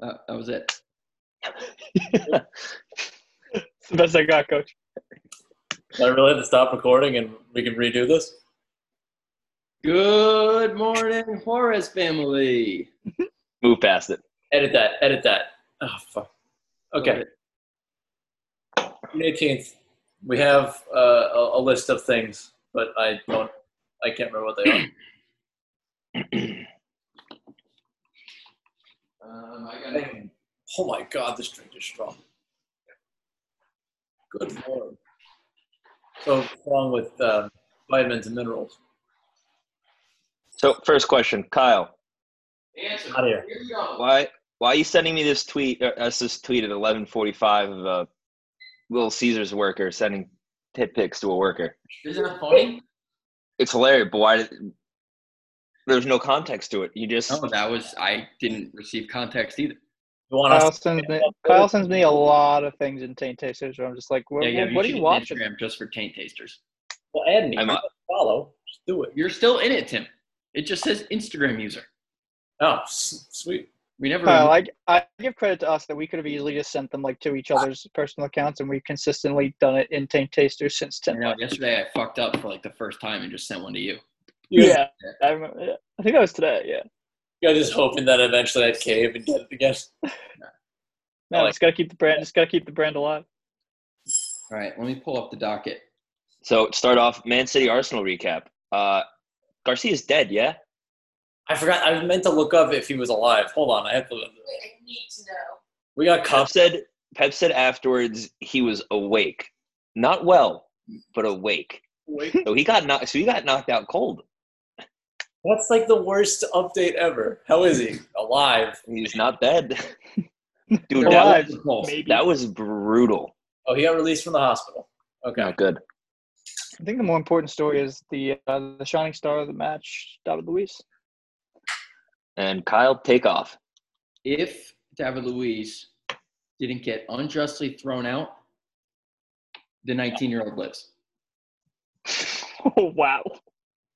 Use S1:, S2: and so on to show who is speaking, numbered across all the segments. S1: That, Uh, that was it.
S2: It's the best I got, coach.
S3: I really have to stop recording and we can redo this.
S1: Good morning, Juarez family.
S4: Move past it.
S3: Edit that. Edit that. Oh fuck. Okay. June eighteenth. We have uh, a, a list of things, but I don't. I can't remember what they are.
S1: Um, I got it.
S3: Oh my god, this drink is strong. Good lord. So strong with uh, vitamins and minerals.
S4: So first question, Kyle,
S1: Answer.
S3: Outta here.
S1: Here we go.
S4: why why are you sending me this tweet? Or us this tweet at eleven forty five of a Little Caesars worker sending tit pics to a worker.
S1: Isn't that funny?
S4: It's hilarious, but why? Did, there's no context to it. You just
S1: No, that was I didn't receive context either.
S3: You want
S2: Kyle
S3: us?
S2: sends me Kyle sends me a lot of things in Taint Tasters where I'm just like, what,
S1: Yeah, yeah.
S2: what,
S1: you
S2: what are
S1: should
S2: you
S1: get an
S2: watching?
S1: Instagram just for taint tasters.
S3: Well, add me.
S4: I'm a-
S3: follow. Just do it.
S1: You're still in it, Tim. It just says Instagram user.
S3: Oh, s- sweet.
S1: We never.
S2: Kyle, Oh, I, I give credit to us that we could have easily just sent them like to each other's personal accounts and we've consistently done it in Taint Tasters since
S1: I
S2: Tim.
S1: know, yesterday I fucked up for like the first time and just sent one to you.
S2: Yeah. I, remember, yeah. I think that was today, yeah.
S3: You guys just hoping that eventually I'd cave and get it again.
S2: No,
S3: Like-
S2: just gotta keep the brand just gotta keep the brand alive.
S1: All right, let me pull up the docket.
S4: so start off Man City Arsenal recap. Uh, Garcia's dead. Yeah,
S3: I forgot. I meant to look up if he was alive. Hold on. I have to.
S5: Wait, I need to know.
S3: We got
S4: Pep
S3: cops.
S4: said. Pep said afterwards he was awake, not well, but awake. So he got knocked. So he got knocked out cold.
S3: That's like the worst update ever. How is he? Alive.
S4: He's not dead. Dude,
S2: They're
S4: that
S2: alive.
S4: was,
S1: Pulse.
S2: Maybe
S4: that was brutal.
S3: Oh, he got released from the hospital. Okay.
S4: Not good.
S2: I think the more important story is the uh, the shining star of the match, David Luis.
S4: And Kyle, take off.
S1: If David Luiz didn't get unjustly thrown out, the 19-year-old lives.
S2: Oh wow.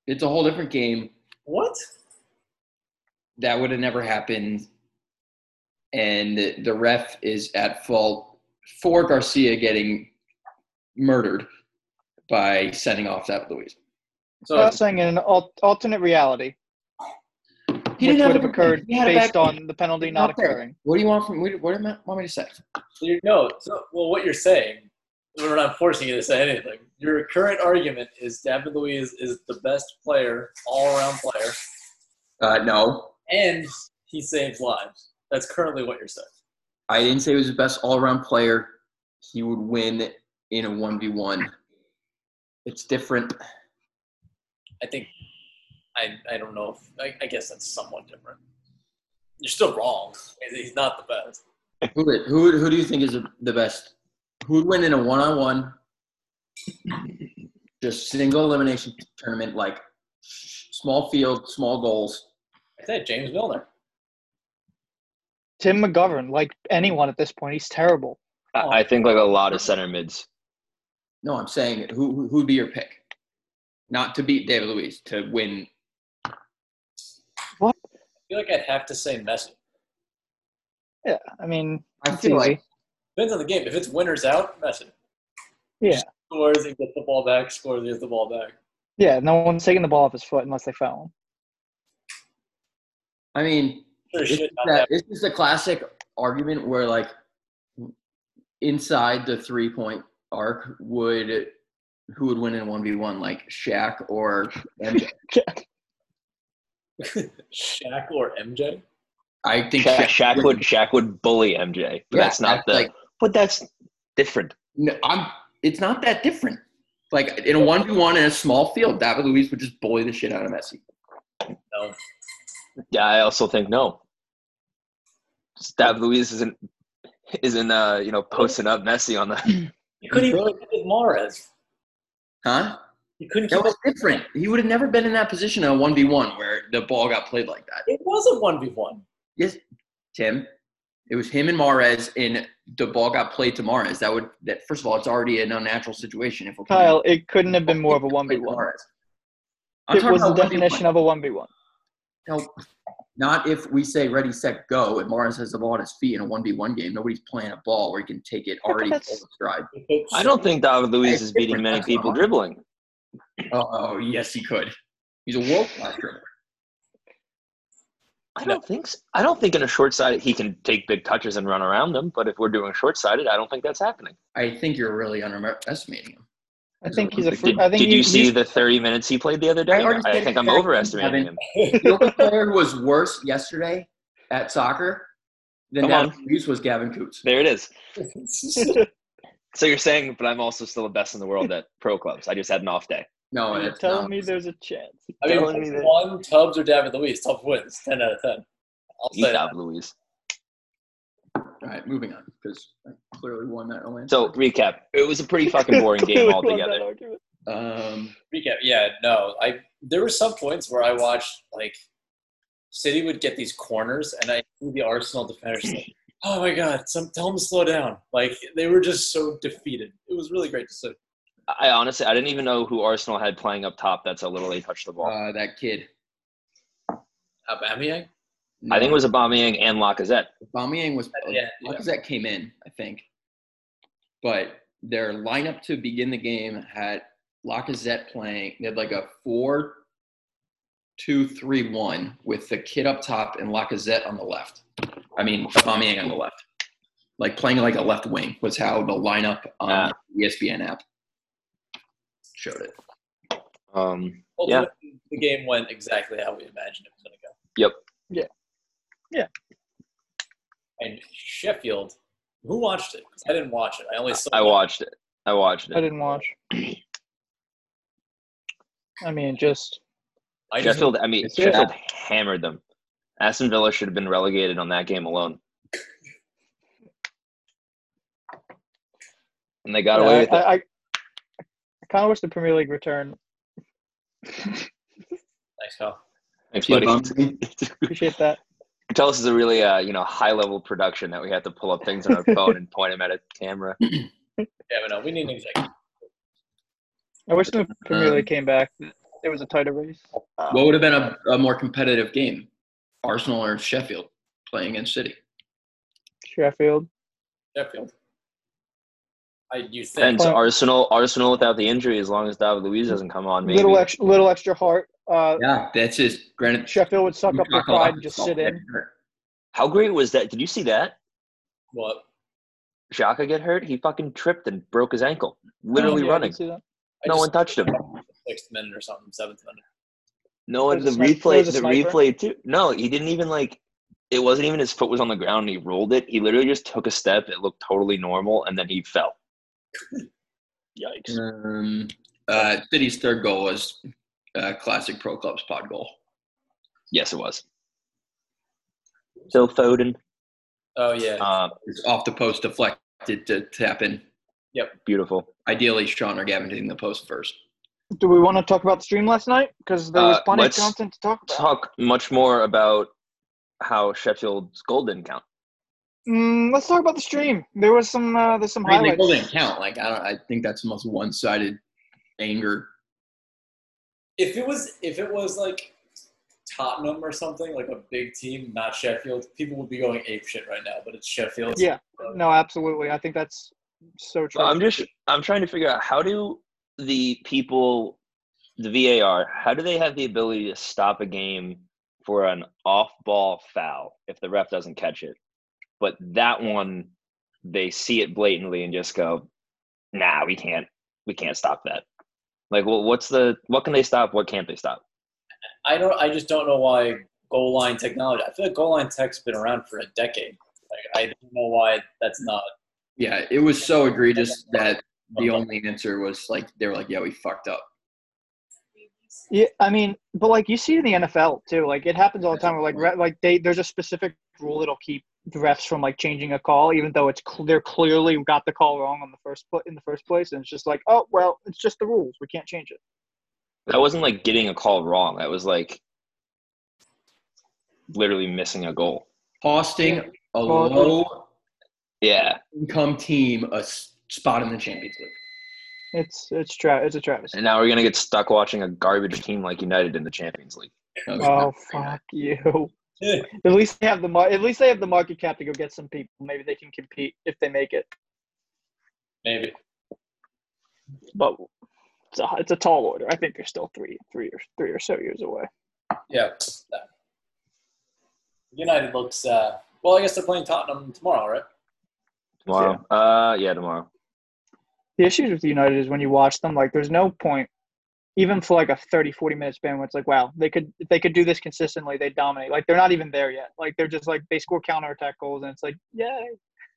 S1: It's a whole different game.
S3: What?
S1: that would have never happened. And the ref is at fault for Garcia getting murdered by sending off that Luis.
S3: So
S2: I was saying in an al- alternate reality, which would have occurred based on the penalty not
S1: Not there.
S2: occurring.
S1: What do you want from? What do you want me to say?
S3: you no. So, well, what you're saying, we're not forcing you to say anything. Your current argument is David Luiz is the best player, all-around player,
S1: Uh, no,
S3: and he saves lives. That's currently what you're saying.
S1: I didn't say he was the best all-around player. He would win in a one v one. It's different.
S3: I think I I don't know. If, I, I guess that's somewhat different. You're still wrong. He's not the best.
S1: Who who who do you think is the best? Who would win in a one on one? Just single elimination tournament, like small field, small goals.
S3: I said James Milner.
S2: Tim McGovern, like anyone at this point, he's terrible. Oh.
S4: I, I think like a lot of center mids.
S1: No, I'm saying who who- who'd be your pick? Not to beat David Luiz to win.
S3: I feel like I'd have to say Messi.
S2: Yeah, I mean,
S1: I
S2: it's
S1: feel
S2: easy.
S1: like
S3: Depends on the game. If it's winners out, Messi.
S2: Yeah.
S3: Scores and gets the ball back. Scores and gets the ball back.
S2: yeah, no one's taking the ball off his foot unless they foul him.
S1: I mean
S3: Sure,
S1: this is,
S3: shit, not
S1: that,
S3: that.
S1: this is the classic argument where like inside the three point arc would who would win in one v one like Shaq or MJ?
S3: Shaq or MJ.
S1: I think
S4: Shaq, Shaq would
S1: win.
S4: Shaq would bully MJ. But
S1: Yeah,
S4: that's not the.
S1: like,
S4: but that's different.
S1: No, I'm. It's not that different. Like in a one v one in a small field, David Luiz would just bully the shit out of Messi.
S4: Yeah, I also think no. Stab Luis isn't isn't uh you know posting up Messi on the.
S3: You couldn't even keep up with Mares.
S1: Huh?
S3: You couldn't
S1: That
S3: keep up.
S1: was different. He would have never been in that position in a one v one where the ball got played like that.
S3: It was a one v one.
S1: Yes, Tim. It was him and Mares, and the ball got played to Mares. That would. That first of all, it's already an unnatural situation. If we're playing-
S2: Kyle, it couldn't have been more of a
S1: Played to
S2: 1v1.
S1: Mahrez. I'm
S2: It
S1: talking
S2: was the
S1: about 1v1.
S2: definition of a 1v1.
S1: No, Not if we say ready, set, go, and Lawrence has the ball at his feet in a one v one game. Nobody's playing a ball where he can take it already
S2: that's-
S1: full of stride.
S4: I don't think David Luiz is beating
S1: different.
S4: many
S1: That's not
S4: people
S1: hard.
S4: dribbling.
S1: Oh, oh, yes, he could. He's a world class dribbler.
S4: I don't think so. I don't think in a short side he can take big touches and run around them. But if we're doing short sided, I don't think that's happening.
S1: I think you're really underestimating him.
S2: I think he's a. Free,
S4: Did,
S2: I think
S4: did
S2: he-
S4: you see
S2: he's-
S4: the thirty minutes he played the other day?
S1: I already
S4: I,
S1: said
S4: think I'm
S1: exactly
S4: overestimating
S1: seven.
S4: him.
S1: The only player who was worse yesterday at soccer than
S4: Come on.
S1: David Luiz was Gavin Coots.
S4: There it is. So you're saying, but I'm also still the best in the world at pro clubs. I just had an off day.
S1: No,
S2: You're
S1: that's
S2: telling
S1: not.
S2: me there's a chance.
S3: I mean,
S4: telling me that-
S3: one Tubbs or David Luiz, Tubbs wins ten out of ten. I'll
S4: Eat
S3: say that.
S4: out, Luis.
S1: All right, moving on because I clearly won that Atlanta.
S4: So recap. It was a pretty fucking boring game
S2: Clearly won that
S4: altogether.
S2: argument.
S1: um,
S3: recap. Yeah, no, I there were some points where I watched like City would get these corners, and I see the Arsenal defenders like, "Oh my God, some tell them to slow down!" Like they were just so defeated. It was really great to see.
S4: I honestly, I didn't even know who Arsenal had playing up top. That's how little they touched the ball.
S1: uh, that kid.
S3: Aubameyang,
S4: I think it was Aubameyang and Lacazette.
S1: Aubameyang was
S3: Yeah, yeah.
S1: Lacazette came in, I think. But their lineup to begin the game had Lacazette playing. They had like a four, two, three, one with the kid up top and Lacazette on the left. I mean, Aubameyang on the left. Like playing like a left wing was how the lineup on
S4: Ah.
S1: the E ESPN app showed it.
S4: Um, Yeah.
S3: ultimately the game went exactly how we imagined it was going to go.
S4: Yep.
S2: Yeah. Yeah.
S3: And Sheffield, who watched it? 'Cause I didn't watch it. I only saw.
S4: I watched it. I watched
S2: I
S4: it.
S2: didn't watch. I mean, just
S3: I just
S4: Sheffield. I mean,
S1: It's
S4: Sheffield hammered them. Aston Villa should have been relegated on that game alone. And they got
S2: Yeah,
S4: away
S2: I,
S4: with it.
S2: I, kind of wish the Premier League returned.
S3: Thanks, Kyle.
S4: Thanks, buddy.
S2: Appreciate that.
S4: Tell us is a really uh, you know high level production that we have to pull up things on our phone and point them at a camera.
S3: Yeah, but no, we need an executive.
S2: I wish the Premier
S1: Um,
S2: League came back. It was a tighter race. Uh,
S1: What would have been a, a more competitive game? Arsenal or Sheffield playing in City?
S2: Sheffield.
S3: Sheffield. I you think?
S4: Friends, Arsenal, Arsenal without the injury, as long as David Luiz doesn't come on, maybe.
S2: Little extra, little extra heart. Uh,
S1: Yeah, that's his granted.
S2: Sheffield would suck
S1: You
S2: up their
S1: talk a lot
S2: pride
S1: of
S2: and just
S1: yourself,
S2: sit in.
S1: man.
S4: How great was that? Did you see that?
S3: What?
S4: Shaka get hurt? He fucking tripped and broke his ankle, literally
S2: Yeah, I
S4: running.
S2: can see that.
S3: I
S4: No
S3: just-
S4: one touched him.
S3: sixth minute or something, seventh minute.
S4: No one.
S2: There's
S4: The
S2: a sniper-
S4: replay.
S2: there's a
S4: The
S2: sniper.
S4: replay too. No, he didn't even like. It wasn't even his foot was on the ground. and He rolled it. He literally just took a step. It looked totally normal, and then he fell. Yikes!
S1: Um, uh, City's third goal was uh, classic pro clubs pod goal.
S4: Yes, it was. Phil Foden.
S3: Oh yeah.
S4: Uh,
S1: It's off the post, deflected to tap in.
S4: beautiful.
S1: Ideally, Sean or Gavin hitting the post first.
S2: Do we want to talk about the stream last night? Because there was
S4: Uh,
S2: plenty of
S4: let's
S2: content to talk about.
S4: Talk much more about how Sheffield's goal didn't count.
S2: Mm, let's talk about the stream. There was some. Uh, there's some
S1: I mean, the
S2: highlights.
S1: goal didn't count. Like I don't. I think that's the most one-sided anger.
S3: if it was if it was like Tottenham or something, like a big team, not Sheffield, people would be going ape shit right now, but it's Sheffield.
S2: Yeah. No, absolutely. I think that's so true.
S4: I'm just I'm trying to figure out how do the people the VAR how do they have the ability to stop a game for an off ball foul if the ref doesn't catch it? But that one they see it blatantly and just go, "Nah, we can't. We can't stop that." Like, well, what's the what can they stop? What can't they stop?
S3: I don't I just don't know why goal line technology I feel like goal line tech's been around for a decade. Like I don't know why that's not
S1: Yeah, it was so egregious that the only answer was like they were like, "Yeah, we fucked up."
S2: Yeah, I mean, but like you see in the NFL too, like it happens all the time. Where like re- like they there's a specific rule that'll keep the refs from like changing a call, even though it's cl- they're clearly got the call wrong on the first put in the first place, and it's just like, oh well, it's just the rules, we can't change it.
S4: That wasn't like getting a call wrong. That was like literally missing a goal.
S1: Costing a
S2: Well,
S1: low
S4: Yeah.
S1: income team a s- spot in the Champions League.
S2: It's it's tra- it's a travesty.
S4: And now we're gonna get stuck watching a garbage team like United in the Champions League.
S1: No, it's
S2: Oh
S1: not.
S2: fuck you!
S3: Yeah.
S2: At least they have the mar- at least they have the market cap to go get some people. Maybe they can compete if they make it.
S3: Maybe.
S2: But it's a it's a tall order. I think they're still three three or three or so years away.
S3: Yeah. United looks. Uh, well, I guess they're playing Tottenham tomorrow, right?
S4: Tomorrow. Uh, yeah, tomorrow.
S2: The issues with United is when you watch them, like there's no point, even for like a 30, 40 minute span, where it's like, wow, they could if they could do this consistently, they dominate. Like they're not even there yet. Like they're just like they score counterattack goals, and it's like, yeah,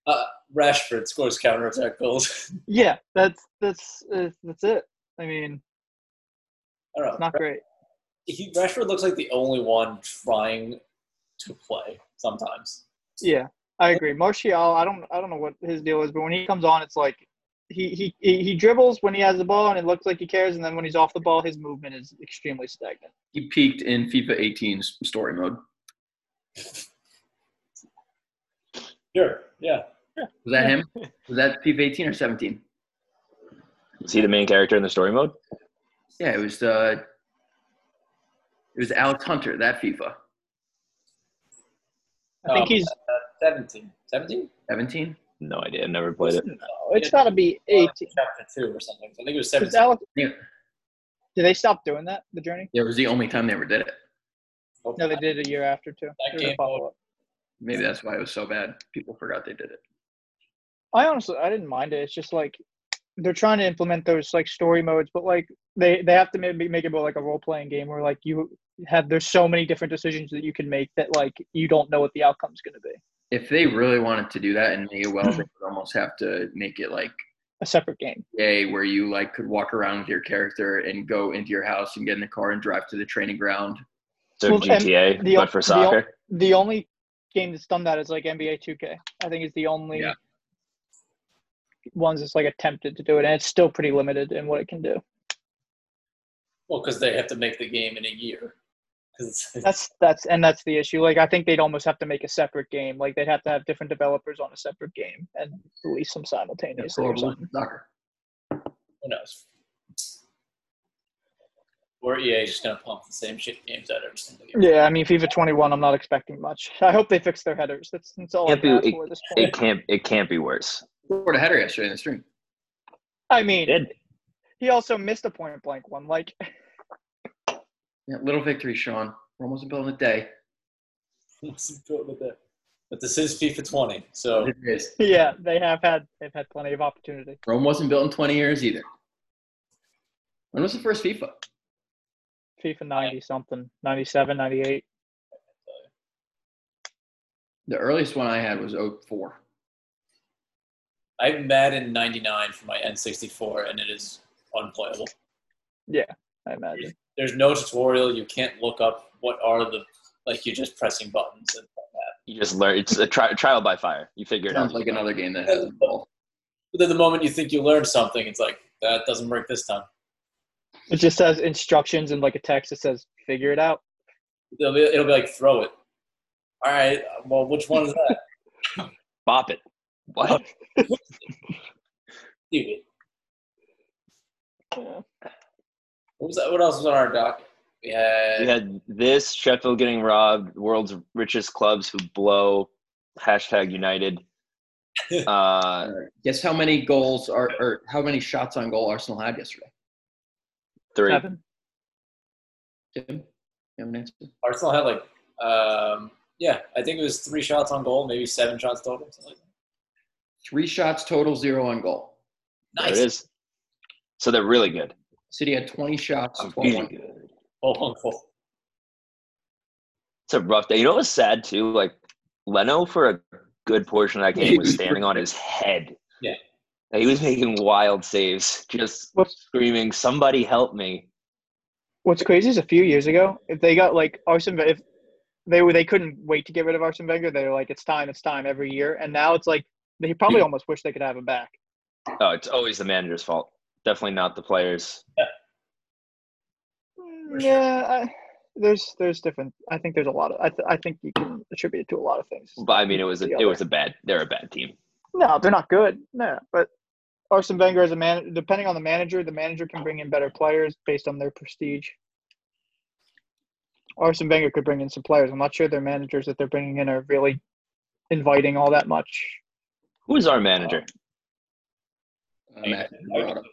S3: Uh, Rashford scores counterattack goals.
S2: yeah, that's that's uh, that's it. I mean,
S3: I don't know.
S2: it's not great.
S3: he, Rashford looks like the only one trying to play sometimes.
S2: Yeah, I agree. Martial, I don't, I don't know what his deal is, but when he comes on, it's like he he he he dribbles when he has the ball, and it looks like he cares, and then when he's off the ball, his movement is extremely stagnant.
S1: He peaked in FIFA 18's story mode.
S3: Sure. Yeah.
S1: Was that him? Was that FIFA 18 or 17?
S4: Is he the main character in the story mode?
S1: Yeah, it was. Uh, it was Alex Hunter. That FIFA
S2: I think
S3: Um,
S2: he's.
S3: uh, 17. 17?
S1: 17.
S4: No idea. Never played it.
S3: No,
S2: It's got to be
S3: uh,
S2: eighteen.
S3: chapter two or something. I think it was
S2: Is
S3: 17.
S2: Alex,
S1: Yeah,
S2: do they stop doing that? The journey?
S1: it was the only time they ever did it.
S2: No, they did a year after too. There was a
S3: game
S2: follow-up.
S1: Maybe that's why it was so bad. People forgot they did it.
S2: I honestly, I didn't mind it. It's just like they're trying to implement those like story modes, but like they they have to maybe make it more like a role playing game where like you have there's so many different decisions that you can make that like you don't know what the outcome's going to be.
S1: If they really wanted to do that and make it well, they would almost have to make it like
S2: A separate game.
S1: day where you like could walk around with your character and go into your house and get in the car and drive to the training ground.
S4: So
S2: Well, and
S4: GTA,
S2: the-
S4: but for
S2: the-
S4: soccer.
S2: The only game that's done that is like NBA 2K. I think it's the only
S1: Yeah.
S2: ones that's like attempted to do it, and it's still pretty limited in what it can do.
S3: Well, because they have to make the game in a year. 'Cause it's-
S2: That's that's and that's the issue. Like I think they'd almost have to make a separate game. Like they'd have to have different developers on a separate game and release them simultaneously or
S1: Global
S2: something.
S1: soccer.
S3: who knows? Or EA is just going to pump the same shit games out every single year.
S2: Yeah, I mean FIFA 21. I'm not expecting much. I hope they fix their headers. That's, that's all I
S4: Can't be-
S2: can ask for at this
S4: It
S2: point.
S4: can't. It can't be worse.
S1: Scored a header yesterday in the stream.
S2: I mean,
S4: Did
S2: he also missed a point blank one. Like
S1: Yeah, little victory, Sean. We're almost building a day.
S3: with that. But this is FIFA 20, so
S1: It is.
S2: yeah, they have had they've had plenty of opportunity.
S1: Rome wasn't built in 20 years either. When was the first FIFA?
S2: FIFA 90 something, 97, 98.
S1: The earliest one I had was 04.
S3: I'm mad in 99 for my N64, and it is unplayable.
S2: I imagine.
S3: There's no tutorial. You can't look up what are the like. You're just pressing buttons. And
S4: you just learn? It's a tri- trial by fire. You figure it out.
S1: Sounds like another game that has a ball.
S3: but then the moment you think you learned something, it's like that doesn't work this time.
S2: It just says instructions and like a text that says figure it out.
S3: It'll be, it'll be like throw it. All right. Well, which one is that?
S4: Bop it. What?
S3: Leave it.
S2: Yeah.
S3: What was that? What else was on our docket? We
S4: You
S3: had
S4: had this Sheffield getting robbed. World's richest clubs who blow. Hashtag United. Uh,
S1: Guess how many goals are, or how many shots on goal Arsenal had yesterday?
S4: three.
S2: Seven.
S1: Tim? You have an answer?
S3: Arsenal had like um, yeah, I think it was three shots on goal, maybe seven shots total. something like
S1: Three shots total, zero on goal.
S4: There
S3: that.
S4: it is. So they're really good.
S1: City had 20 shots, 12 on
S4: Really
S1: goal.
S4: good.
S3: Goal on goal.
S4: It's a rough day. You know what's sad too? Like Leno for a good portion of that game was standing on his head.
S3: Yeah.
S4: Like, he was making wild saves, just
S2: What's-
S4: screaming, "Somebody help me!"
S2: What's crazy is a few years ago, if they got like Arsene, Ve- if they were they couldn't wait to get rid of Arsene Wenger, they were like, it's time, it's time every year, and now it's like they probably almost wish they could have him back.
S4: Oh, it's always the manager's fault. Definitely not the players.
S3: For sure.
S2: Hmm, Yeah, I, there's there's different. I think there's a lot of. I th- I think you can attribute it to a lot of things.
S4: But I mean, it was a,
S2: The
S4: it was a bad. They're a bad team.
S2: No, they're not good. No, but Arsene Wenger as a man, depending on the manager, the manager can bring in better players based on their prestige. Arsene Wenger could bring in some players. I'm not sure their managers that they're bringing in are really inviting all that much.
S4: Who is our manager?
S1: Um, at Colorado.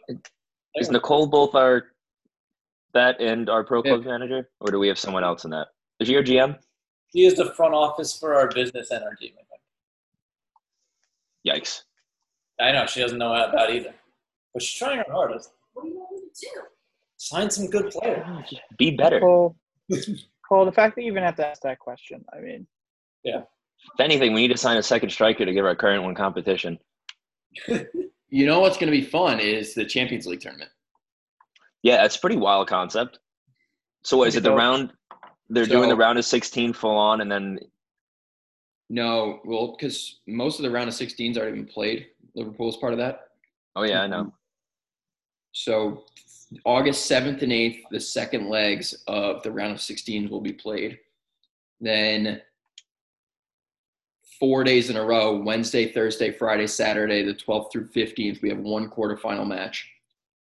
S4: Is Nicole both our that and our pro club manager, or do we have someone else in that? Is she your GM?
S3: He is the front office for our business and our team.
S4: Yikes!
S3: I know she doesn't know about either, but she's trying her hardest.
S5: What do you want me to do?
S3: Sign some good players.
S4: Be better.
S2: Well, well, the fact that you even have to ask that question, I mean,
S4: If anything, we need to sign a second striker to give our current one competition.
S1: You know what's going to be fun is the Champions League tournament.
S4: Yeah, that's a pretty wild concept. So what, is it the
S2: So-
S4: round? They're doing the
S1: so-
S4: round of sixteen full on, and then
S1: No, well, because most of the round of 16s already been played. Liverpool's part of that.
S4: oh yeah, I know.
S1: So August 7th and 8th, the second legs of the round of 16s will be played. Then four days in a row Wednesday, Thursday, Friday, Saturday, the 12th through 15th, we have one quarterfinal match.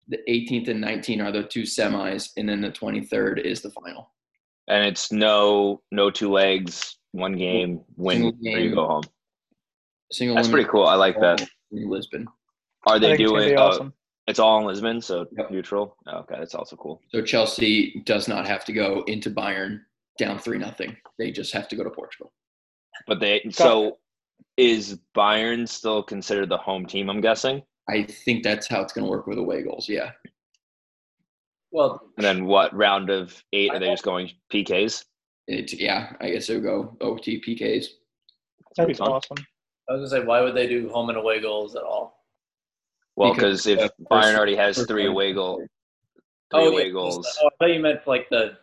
S1: The 18th and 19th are the two semis, and then the 23rd is the final.
S4: And it's no no two legs, one game, win
S1: Single
S4: or you
S1: game.
S4: go home.
S1: Single
S4: That's
S1: women
S4: pretty cool. I like that.
S1: in Lisbon.
S4: Are
S2: I
S4: they
S2: think it's gonna
S4: doing?
S2: be
S4: uh,
S2: awesome.
S4: it's all in Lisbon, so
S1: Yep.
S4: neutral. Oh, okay, that's also cool.
S1: So Chelsea does not have to go into Bayern down 3 nothing. They just have to go to Portugal.
S4: But they so is Bayern still considered the home team? I'm guessing.
S1: I think that's how it's going to work with away goals. Yeah.
S3: Well,
S4: And then what round of eight are they just going PKs?
S1: It, yeah, I guess it'll go OT PKs.
S4: It's pretty
S2: That's
S4: fun.
S2: awesome.
S3: I was gonna say, why would they do home and away goals at all?
S4: Well,
S1: Because,
S4: because
S1: uh,
S4: if Bayern
S1: first-
S4: already has
S1: first
S4: three
S1: round.
S4: away goal, three
S3: Oh,
S4: away
S3: yeah,
S4: goals.
S3: Oh, I thought you meant like the,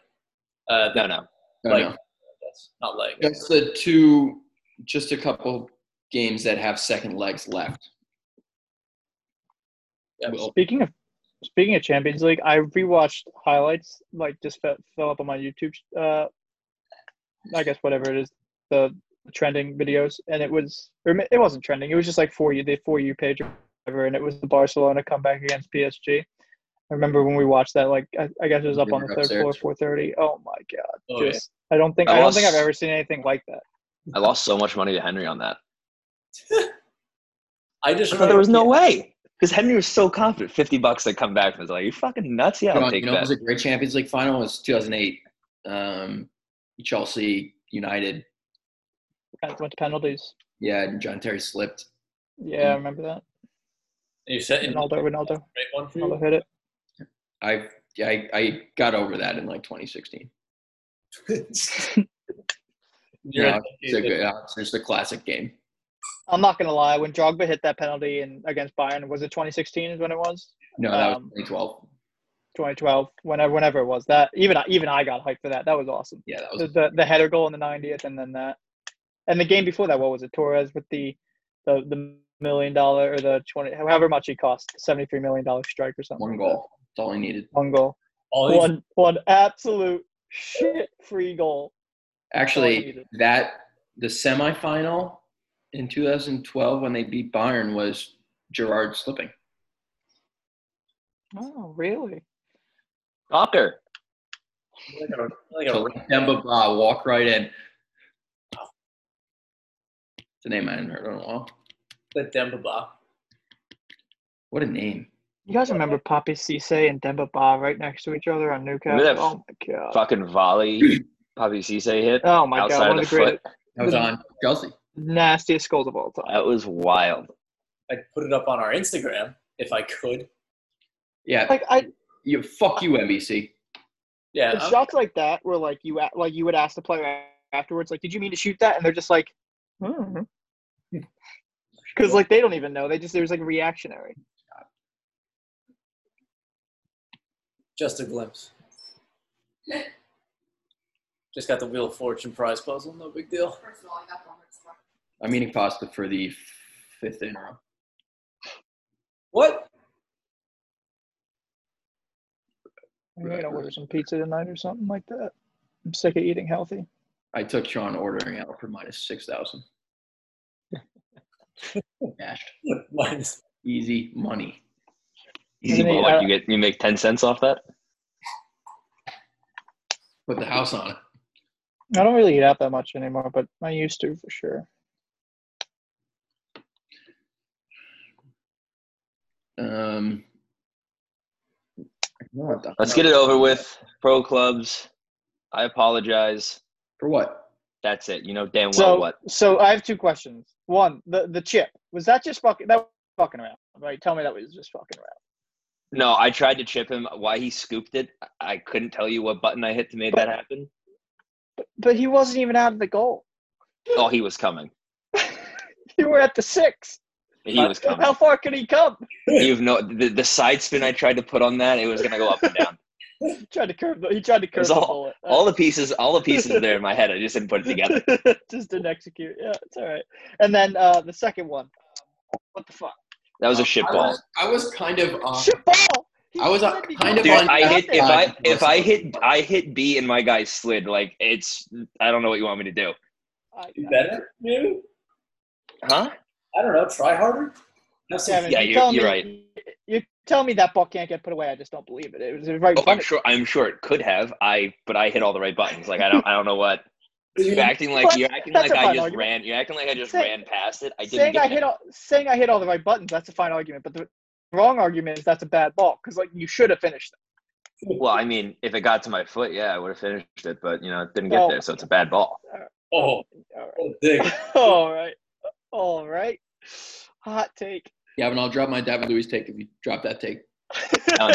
S3: uh, the
S4: No, no.
S1: No,
S3: like
S1: no.
S3: that's not like
S1: That's the two, just a couple games that have second legs left.
S3: yeah.
S1: Well,
S2: Speaking of speaking of Champions League, I rewatched highlights like just fe- fell up on my YouTube. Uh, I guess whatever it is, the trending videos, and it was or ma- it wasn't trending. It was just like for you the for you page or whatever, and it was the Barcelona comeback against PSG. I remember when we watched that. Like I, I guess it was up
S1: You
S2: on
S1: were
S2: the third
S1: upstairs.
S2: floor, four thirty. Oh my god!
S3: oh, yeah.
S2: Just I don't think
S4: I
S2: I don't think I've
S4: lost-
S2: ever seen anything like that.
S4: I lost so much money to Henry on that.
S3: I just
S4: So there was no way. Because Henry was so confident. 50 bucks to come back. And I was like, you fucking nuts. Yeah,
S1: you know,
S4: I'll take
S1: you know it was
S4: that.
S1: a great Champions League final. It was 2008. Um, Chelsea, United.
S2: And it went to penalties.
S1: Yeah, and John Terry slipped.
S2: Yeah, I remember that.
S3: You said in
S2: Ronaldo, Ronaldo,
S3: great one for
S2: Ronaldo
S3: you.
S2: hit it.
S1: I, I, I got over that in like 2016.
S3: You're
S1: No, It's a
S3: educated.
S1: good, uh, it's just a classic game.
S2: I'm not gonna lie. When Drogba hit that penalty in against Bayern, was it 2016? Is when it was
S1: No, that was
S2: Um,
S1: 2012.
S2: 2012. Whenever, whenever it was that. Even I, even I got hyped for that. That was awesome.
S1: Yeah, that was
S2: The, the the header goal in the 90th, and then that, and the game before that, what was it? Torres with the the the million dollar or the 20 however much he cost, 73 million dollar strike or something.
S1: one
S2: like
S1: goal. That's all he needed.
S2: that. One goal.
S3: All these-
S2: One one absolute shit free goal. all he
S1: Actually,
S2: needed.
S1: that the semifinal in 2012 when they beat Bayern was Gerard slipping.
S2: Oh really?
S4: Soccer.
S3: like a- like a-
S1: So Demba Ba walk right in. It's a name I hadn't heard in a while.
S3: the Demba Ba.
S1: What a name!
S2: You guys remember Poppy Cisse and Demba Ba right next to each other on
S4: Remember
S2: Newcastle?
S4: that
S2: Oh my god.
S4: Fucking volley. Bobby Cisse hit.
S2: Oh my
S4: outside
S2: god, one
S4: of the
S2: of the greatest.
S4: foot.
S1: That was on Chelsea.
S2: nastiest goals of all time.
S4: That was wild.
S3: I'd put it up on our Instagram if I could.
S1: Yeah,
S2: Like I,
S1: you fuck you NBC.
S3: Yeah,
S2: it's
S3: I'm-
S2: shots like that where like you a- like you would ask the player a- afterwards, like, "Did you mean to shoot that?" And they're just like, "Because like they don't even know. They just it was like reactionary.
S3: just a glimpse. Just got the Wheel of Fortune prize puzzle. No big deal.
S5: First of all, I got the hard stuff.
S1: I'm eating pasta for the fifth in a row.
S3: What?
S2: I'm
S1: Right,
S2: gonna order
S1: right.
S2: some pizza tonight or something like that. I'm sick of eating healthy.
S1: I took Sean ordering out for minus six thousand. Dashed.
S3: Mine's
S1: Easy money.
S4: Easy
S2: mean,
S4: ball. Like
S2: uh,
S4: you get you make ten cents off that?
S1: Put the house on it.
S2: I don't really eat out that much anymore, but I used to for sure.
S1: Um, no, I-
S4: Let's get it over with. Pro clubs. I apologize.
S1: For what?
S4: That's it. You know damn well
S2: so,
S4: what.
S2: so I have two questions. One, the the chip was that just fucking that was fucking around, right? Tell me that was just fucking around.
S4: No, I tried to chip him. Why he scooped it, I- I couldn't tell you what button I hit to make that happen.
S2: But he wasn't even out of the goal.
S4: Oh, he was coming.
S2: You were at the six.
S4: He was coming.
S2: How far could he come?
S4: You have no the, the side spin I tried to put on that. It was gonna go up and down.
S2: He tried to curve. The, he tried to curve
S4: was
S2: the
S4: all-
S2: bullet.
S4: All the pieces, all the pieces are there in my head. I just didn't put it together.
S2: Just didn't execute. Yeah, it's all right. And then uh, the second one. What the fuck?
S4: That was a shit
S1: I
S4: ball,
S1: was, I was kind of. Uh,
S2: Shit ball. He
S1: I was, uh,
S2: said he
S1: kind of
S4: dude.
S2: couldn't
S1: on-
S2: stop
S4: I hit
S2: it.
S4: if I if I hit I hit B and my guy slid like it's. I don't know what you want me to do,
S2: I-
S3: Do better, maybe?
S4: huh?
S3: I don't know. Try harder. Have some
S2: Kevin,
S4: Yeah,
S2: you
S4: you're-
S2: tell
S4: you're
S2: me,
S4: right.
S2: You tell me that ball can't get put away. I just don't believe it. It was right. in
S4: Oh, I'm
S2: front of
S4: sure. I'm sure it could have. I but I hit all the right buttons. Like I don't. I don't know what. You're acting like
S2: What?
S4: you're acting
S2: That's
S4: like
S2: a
S4: I
S2: fine
S4: just
S2: argument.
S4: ran. You're acting like I just
S2: Say-
S4: ran past it. I
S2: you.
S4: didn't
S2: saying
S4: get
S2: I
S4: it.
S2: hit all saying I hit all the right buttons. That's a fine argument, but the wrong argument is that's a bad ball because like you should have finished. it.
S4: Well, I mean, if it got to my foot, yeah, I would have finished it. But you know, it didn't get
S2: Oh.
S4: there, so it's a bad ball.
S3: Oh, oh, dig.
S2: all right, all right, hot take.
S1: yeah, but I'll drop my David Lewis take if you drop that take.
S4: Done.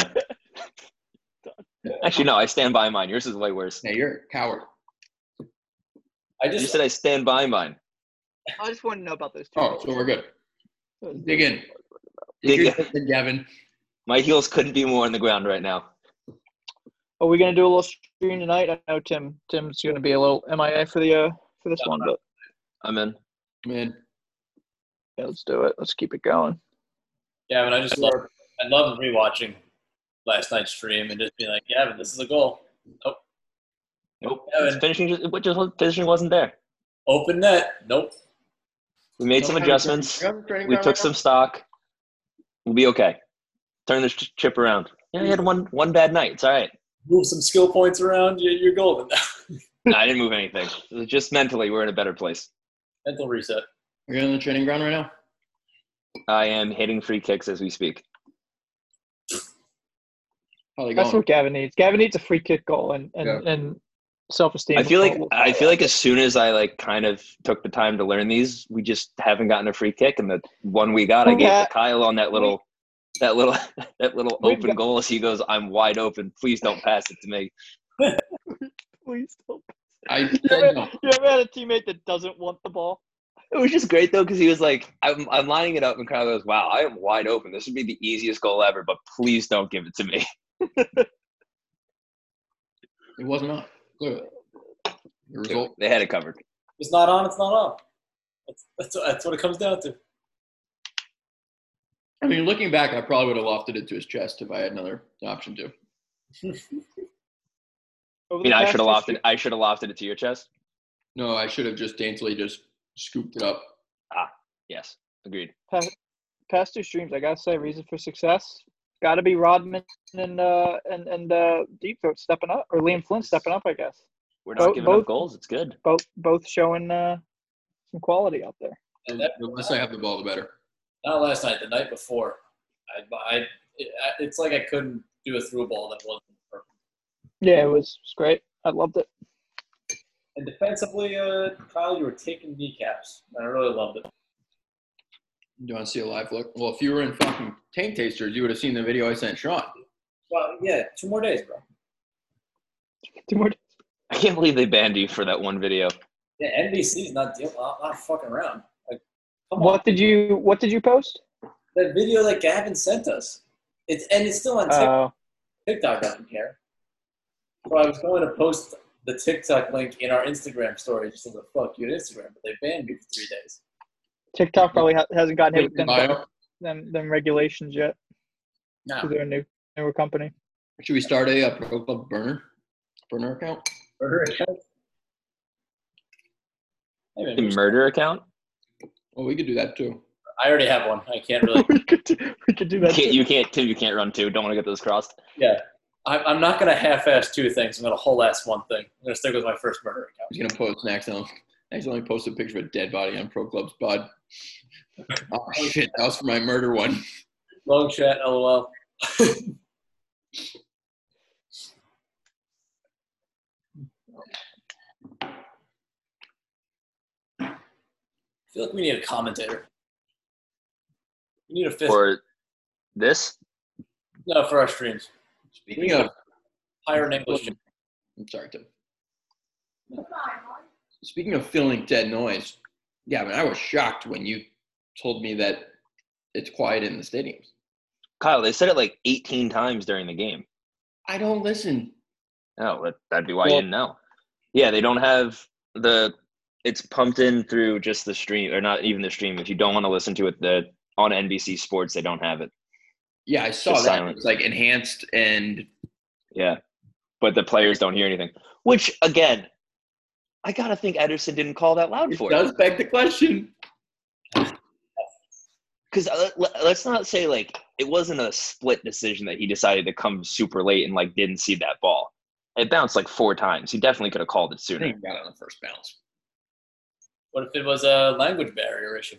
S4: Actually, no, I stand by mine. Yours is way worse.
S1: Yeah, you're a coward.
S3: I
S4: You
S3: just
S4: said I stand by mine.
S2: I just want to know about those two.
S1: Oh, so we're good.
S2: goals.
S1: Dig in. Dig
S4: Dig in.
S1: in, Gavin.
S4: My heels couldn't be more on the ground right now.
S2: Are we gonna do a little stream tonight? I know Tim. Tim's gonna be a little MIA for the uh for this one, but
S4: I'm in.
S1: Man,
S2: yeah, let's do it. Let's keep it going.
S3: Gavin, I just love I love rewatching last night's stream and just being like, Gavin, this is a goal.
S4: Nope.
S3: Kevin.
S4: Finishing just, what just finishing wasn't there.
S3: Open net. Nope.
S4: We made some adjustments. We took some stock. We'll be okay. Turn this ch- chip around. Yeah, you had one one bad night. It's all right.
S3: Move some skill points around. You're, you're golden.
S4: No, I didn't move anything. It was Just mentally, we're in a better place.
S3: Mental reset.
S1: We're on the training ground right now.
S4: I am hitting free kicks as we speak.
S1: How they
S2: That's
S1: going?
S2: what Gavin needs. Gavin needs a free kick goal and and,
S1: Yeah.
S2: and self esteem.
S4: I feel like I feel like as soon as I like kind of took the time to learn these, we just haven't gotten a free kick. And the one we got, I gave
S2: Yeah.
S4: to Kyle on that little, that little, that little
S2: We've
S4: open
S2: got-
S4: goal. As he goes, "I'm wide open. Please don't pass it to me."
S2: please don't.
S1: I
S2: You
S1: said no.
S2: ever, you ever had a teammate that doesn't want the ball?
S4: It was just great though because he was like, I'm, "I'm lining it up," and Kyle goes, "Wow, I am wide open. This would be the easiest goal ever, but please don't give it to me."
S1: It wasn't on. Clearly. The
S4: Dude,
S1: result.
S4: they had it covered.
S3: If it's not on, it's not on. That's, that's, that's what it comes down to.
S1: I mean, looking back, I probably would have lofted it to his chest if I had another option to.
S4: I mean, I should have lofted. I should have lofted it to your chest.
S1: No, I should have just daintily just scooped it up.
S4: Yes, agreed.
S2: Past two streams, I gotta say, reason for success got to be Rodman and uh and and uh Deep Throat stepping up or Liam Flynn stepping up, I guess.
S4: We're not
S2: Bo-
S4: giving
S2: both-
S4: up goals. It's good.
S2: Both both showing uh some quality out there.
S3: And that,
S1: The less I have the ball, the better.
S3: not last night, the night before. I, I, it, I- it's like I couldn't do a through ball that wasn't perfect.
S2: Yeah, it was, it was great. I loved it.
S3: And defensively, uh, Kyle, you were taking kneecaps. I really loved it.
S1: Do you want to see a live look? Well, if you were in fucking tank tasters, you would have seen the video I sent Sean.
S3: Well, yeah, two more days, bro.
S2: Two more.
S4: I can't believe they banned you for that one video.
S3: Yeah, NBC's not dealing, not, not fucking around. Like, come on.
S2: What did you What did you post?
S3: That video that Gavin sent us. It's and it's still on Tik-
S2: Uh,
S3: TikTok. Doesn't care. So I was going to post the TikTok link in our Instagram story just as a fuck you to Instagram, but they banned me for three days.
S2: TikTok probably ha- hasn't gotten hit with them,
S1: Bio.
S2: them, them regulations yet
S3: No.
S2: because they're a new newer company.
S1: Should we start a, uh pro club burner burner account?
S3: Murder account. Hey, man,
S4: The murder account?
S1: Well, Oh, we could do that too.
S3: I already have one. I can't really.
S2: we could do, we could do
S4: You
S2: that.
S4: can't,
S2: too.
S4: you can't two. You can't run two. Don't want to get those crossed.
S3: Yeah. I, I'm not going to half-ass two things. I'm going to whole-ass one thing. I'm going to stick with my first murder account.
S1: He's gonna post next. and Next, only post a picture of a dead body on Pro Club's pod. Oh shit! That was for my murder one.
S3: Long chat, lol. I feel like we need a commentator. We need a fifth.
S4: for this.
S3: no, for our streams.
S1: Speaking of,
S3: Hire an English.
S1: I'm sorry, Tim.
S5: Come on, Molly.
S1: Speaking of feeling dead noise, yeah, I mean, I was shocked when you told me that it's quiet in the stadiums.
S4: Kyle, they said it like 18 times during the game.
S1: I don't listen.
S4: Oh, that, that'd be why you
S1: Well-
S4: didn't know. Yeah, they don't have the. It's pumped in through just the stream, or not even the stream. If you don't want to listen to it, the on NBC Sports they don't have it.
S1: Yeah, I saw
S4: Just
S1: that.
S4: silent.
S1: It's like enhanced and
S4: Yeah, but the players don't hear anything. Which again, I gotta think Ederson didn't call that loud
S1: it
S4: for
S1: does
S4: it.
S1: beg the question.
S4: Because uh, let's not say like it wasn't a split decision that he decided to come super late and like didn't see that ball. It bounced like four times. He definitely could have called it
S1: I
S4: sooner.
S1: think he got it on the first bounce.
S3: What if it was a language barrier issue?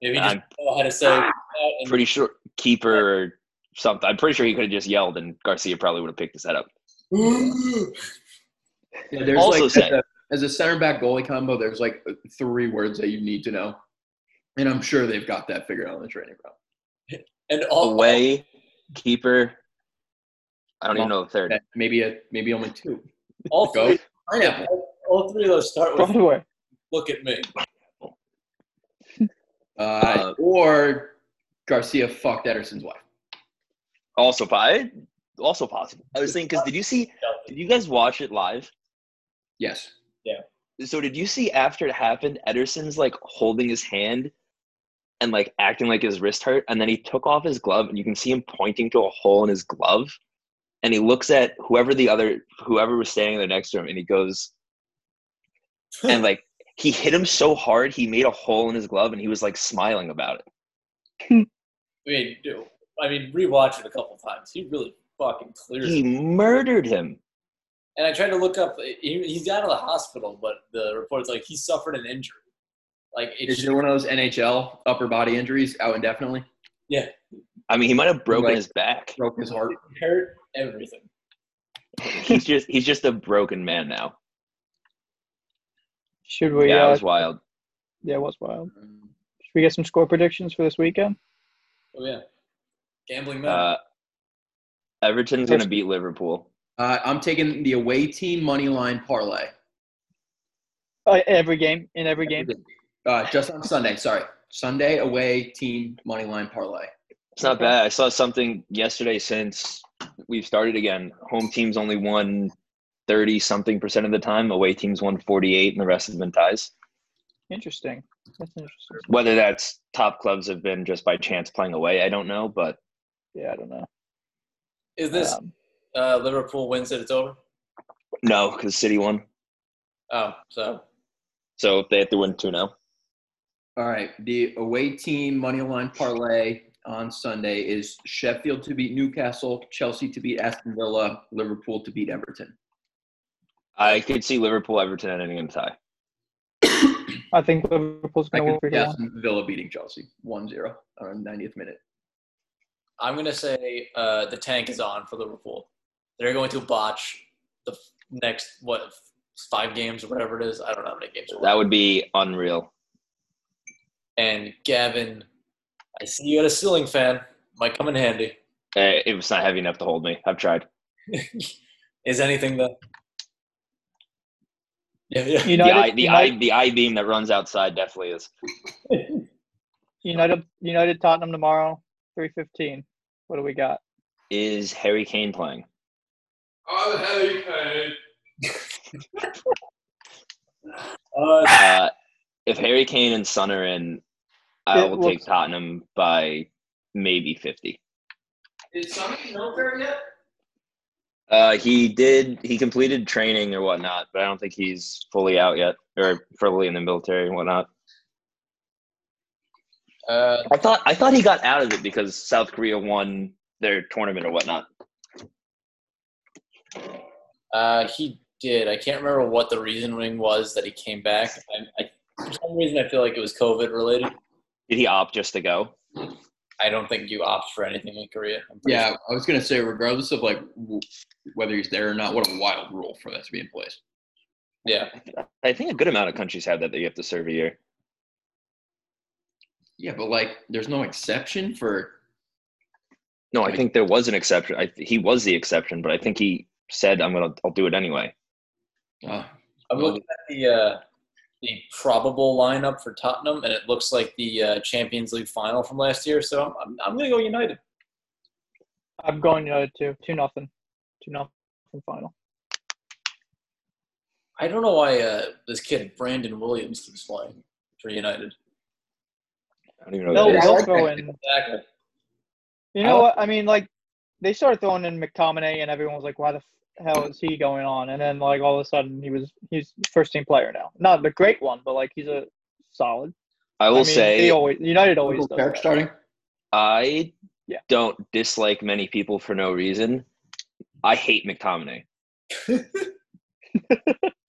S3: Maybe you just
S4: I'm-
S3: know how to say that and
S4: pretty sure keeper or something. I'm pretty sure he could have just yelled, and Garcia probably would have picked his head up.
S1: Yeah, there's
S4: Also
S1: like
S4: said-
S1: as a, as a center back goalie combo, there's like three words that you need to know, and I'm sure they've got that figured out on the training ground.
S3: and
S4: Oh.
S3: all
S4: Away, keeper. I don't even know the third.
S1: That maybe a maybe only two.
S3: all
S1: Go
S3: three,
S4: Uh,
S1: pineapple.
S3: all three of those start with
S2: Broadway.
S3: "Look at me."
S1: Uh, or Garcia fucked Ederson's wife.
S4: Also, I also possible. I was thinking because did you see? Did you guys watch it live?
S1: Yes.
S4: So did you see after it happened, Ederson's like holding his hand and like acting like his wrist hurt, and then he took off his glove, and you can see him pointing to a hole in his glove, and he looks at whoever the other whoever was standing there next to him, and he goes, and like he hit him so hard he made a hole in his glove and he was like smiling about it
S3: I mean, do- I mean, rewatch it a couple times. He really fucking clears.
S4: he
S3: it.
S4: murdered him
S3: And I tried to look up. He, he's out of the hospital, but the report's like he suffered an injury. Like it's
S1: Is there one of those NHL upper body injuries out indefinitely?
S4: i mean he might have broken
S1: Right.
S4: his back
S1: Broke his heart.
S3: hurt everything.
S4: he's just he's just a broken man now
S2: Should we?
S4: yeah
S2: uh,
S4: it was wild
S2: yeah, it was wild.
S1: Uh,
S2: Should we get some score predictions for this weekend?
S3: Oh yeah, gambling man.
S4: uh, everton's going to beat liverpool
S1: Uh, I'm taking the away team money line parlay.
S2: Uh, every game, in every game.
S1: Uh, just on Sunday. Sorry, Sunday away team money line parlay.
S4: it's not bad i saw something yesterday since we've started again home teams only won 30 something percent of the time away teams won 48 and the rest have been ties
S2: Interesting. That's interesting.
S4: whether that's top clubs have been just by chance playing away i don't know but
S2: Yeah, I don't know.
S3: Is this
S2: Um,
S3: uh, Liverpool wins it? It's over.
S4: no because city won
S3: Oh, so
S4: So if they have to win 2 0.
S1: All right, the away team money line parlay on Sunday is Sheffield to beat Newcastle, Chelsea to beat Aston Villa, Liverpool to beat Everton.
S4: I could see Liverpool Everton ending in a tie.
S2: I think Liverpool's
S1: I can
S2: going to win for
S1: see
S2: here.
S1: Aston Villa beating Chelsea 1-0 on the 90th minute.
S3: I'm gonna say uh, the tank is on for Liverpool. They're going to botch the f- next what f- five games or whatever it is. I don't know how many games. are
S4: That would be unreal.
S3: and Gavin, I see you at a ceiling fan. Might come in handy.
S4: Eh, It was not heavy enough to hold me. I've tried.
S3: Is anything though? Yeah, yeah.
S2: United,
S4: the I, the,
S2: United,
S4: I, the I beam that runs outside definitely is.
S2: United, United, Tottenham tomorrow, three fifteen. What do we got?
S4: Is Harry Kane playing?
S3: Uh,
S4: Uh, if Harry Kane and Son are in, I
S2: It
S4: will take
S2: looks-
S4: Tottenham by maybe 50.
S1: Did somebody know her yet?
S4: Uh, he did. He completed training or whatnot, but I don't think he's fully out yet, or fully in the military and whatnot.
S3: uh,
S4: I thought I thought he got out of it because South Korea won their tournament or whatnot.
S3: Uh, he did. I can't remember what the reasoning was that he came back. I, I, for some reason, I feel like it was COVID related.
S4: Did he opt just to go?
S3: I don't think you opt for anything in Korea. I'm pretty
S1: Yeah, I was gonna say, regardless of like w- whether he's there or not, what a wild rule for that to be in place.
S3: Yeah.
S4: I think a good amount of countries have that that you have to serve a year.
S1: Yeah, but like, there's no exception for.
S4: No, I
S1: Like-
S4: think there was an exception. I, he was the exception, but I think he said, "I'm gonna, I'll do it anyway."
S1: Uh,
S3: I'm looking at the uh, the probable lineup for Tottenham, and it looks like the uh, Champions League final from last year. So I'm I'm, I'm going to go United.
S2: I'm going United two, two nothing, two nothing final.
S3: I don't know why uh, this kid Brandon Williams keeps playing for United.
S4: I don't even know.
S2: They'll,
S4: who that is.
S2: they'll
S1: like
S2: throw
S1: that.
S2: in.
S3: Exactly.
S2: You
S1: I
S2: know what? I mean, like they started throwing in McTominay, and everyone was like, "Why the f- hell is he going on?" And then like all of a sudden, he was he's first team player now. Not the great one, but like he's a solid.
S4: I will
S2: I mean,
S4: say,
S2: they always United always does.
S1: Kirk
S2: that.
S1: starting.
S4: I
S2: Yeah.
S4: don't dislike many people for no reason. I hate McTominay.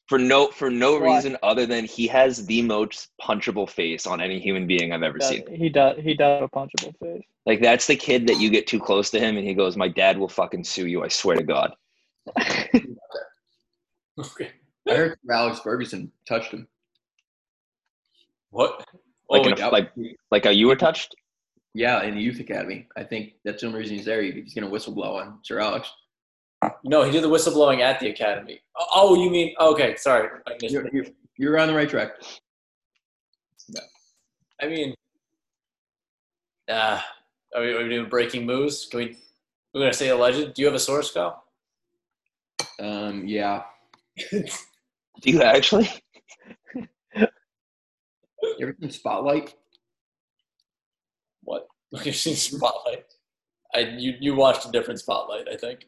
S4: for no for no
S2: Why?
S4: reason other than he has the most punchable face on any human being I've ever
S2: Does-
S4: seen.
S2: He does. He does have a punchable face.
S4: Like that's the kid that you get too close to him and he goes, "My dad will fucking sue you, I swear to god."
S3: Okay.
S1: I heard Alex Ferguson touched him.
S3: What?
S4: Like
S3: oh,
S4: in a,
S3: yeah.
S4: like like how you were touched?
S1: Yeah, in the youth academy. I think that's the only reason he's there. He- He's gonna whistleblow on Sir Alex.
S3: no, he did the whistleblowing at the academy. Oh, you mean okay? Sorry, I missed
S1: You're,
S3: it.
S1: you're, you're on the right track.
S3: I mean, uh, are we, are we doing breaking news? Can we? We're gonna say alleged. Do you have a source, Kyle?
S1: Um, yeah,
S4: Do you actually?
S1: You ever seen Spotlight.
S3: What? You've seen Spotlight. I you you watched a different Spotlight, I think.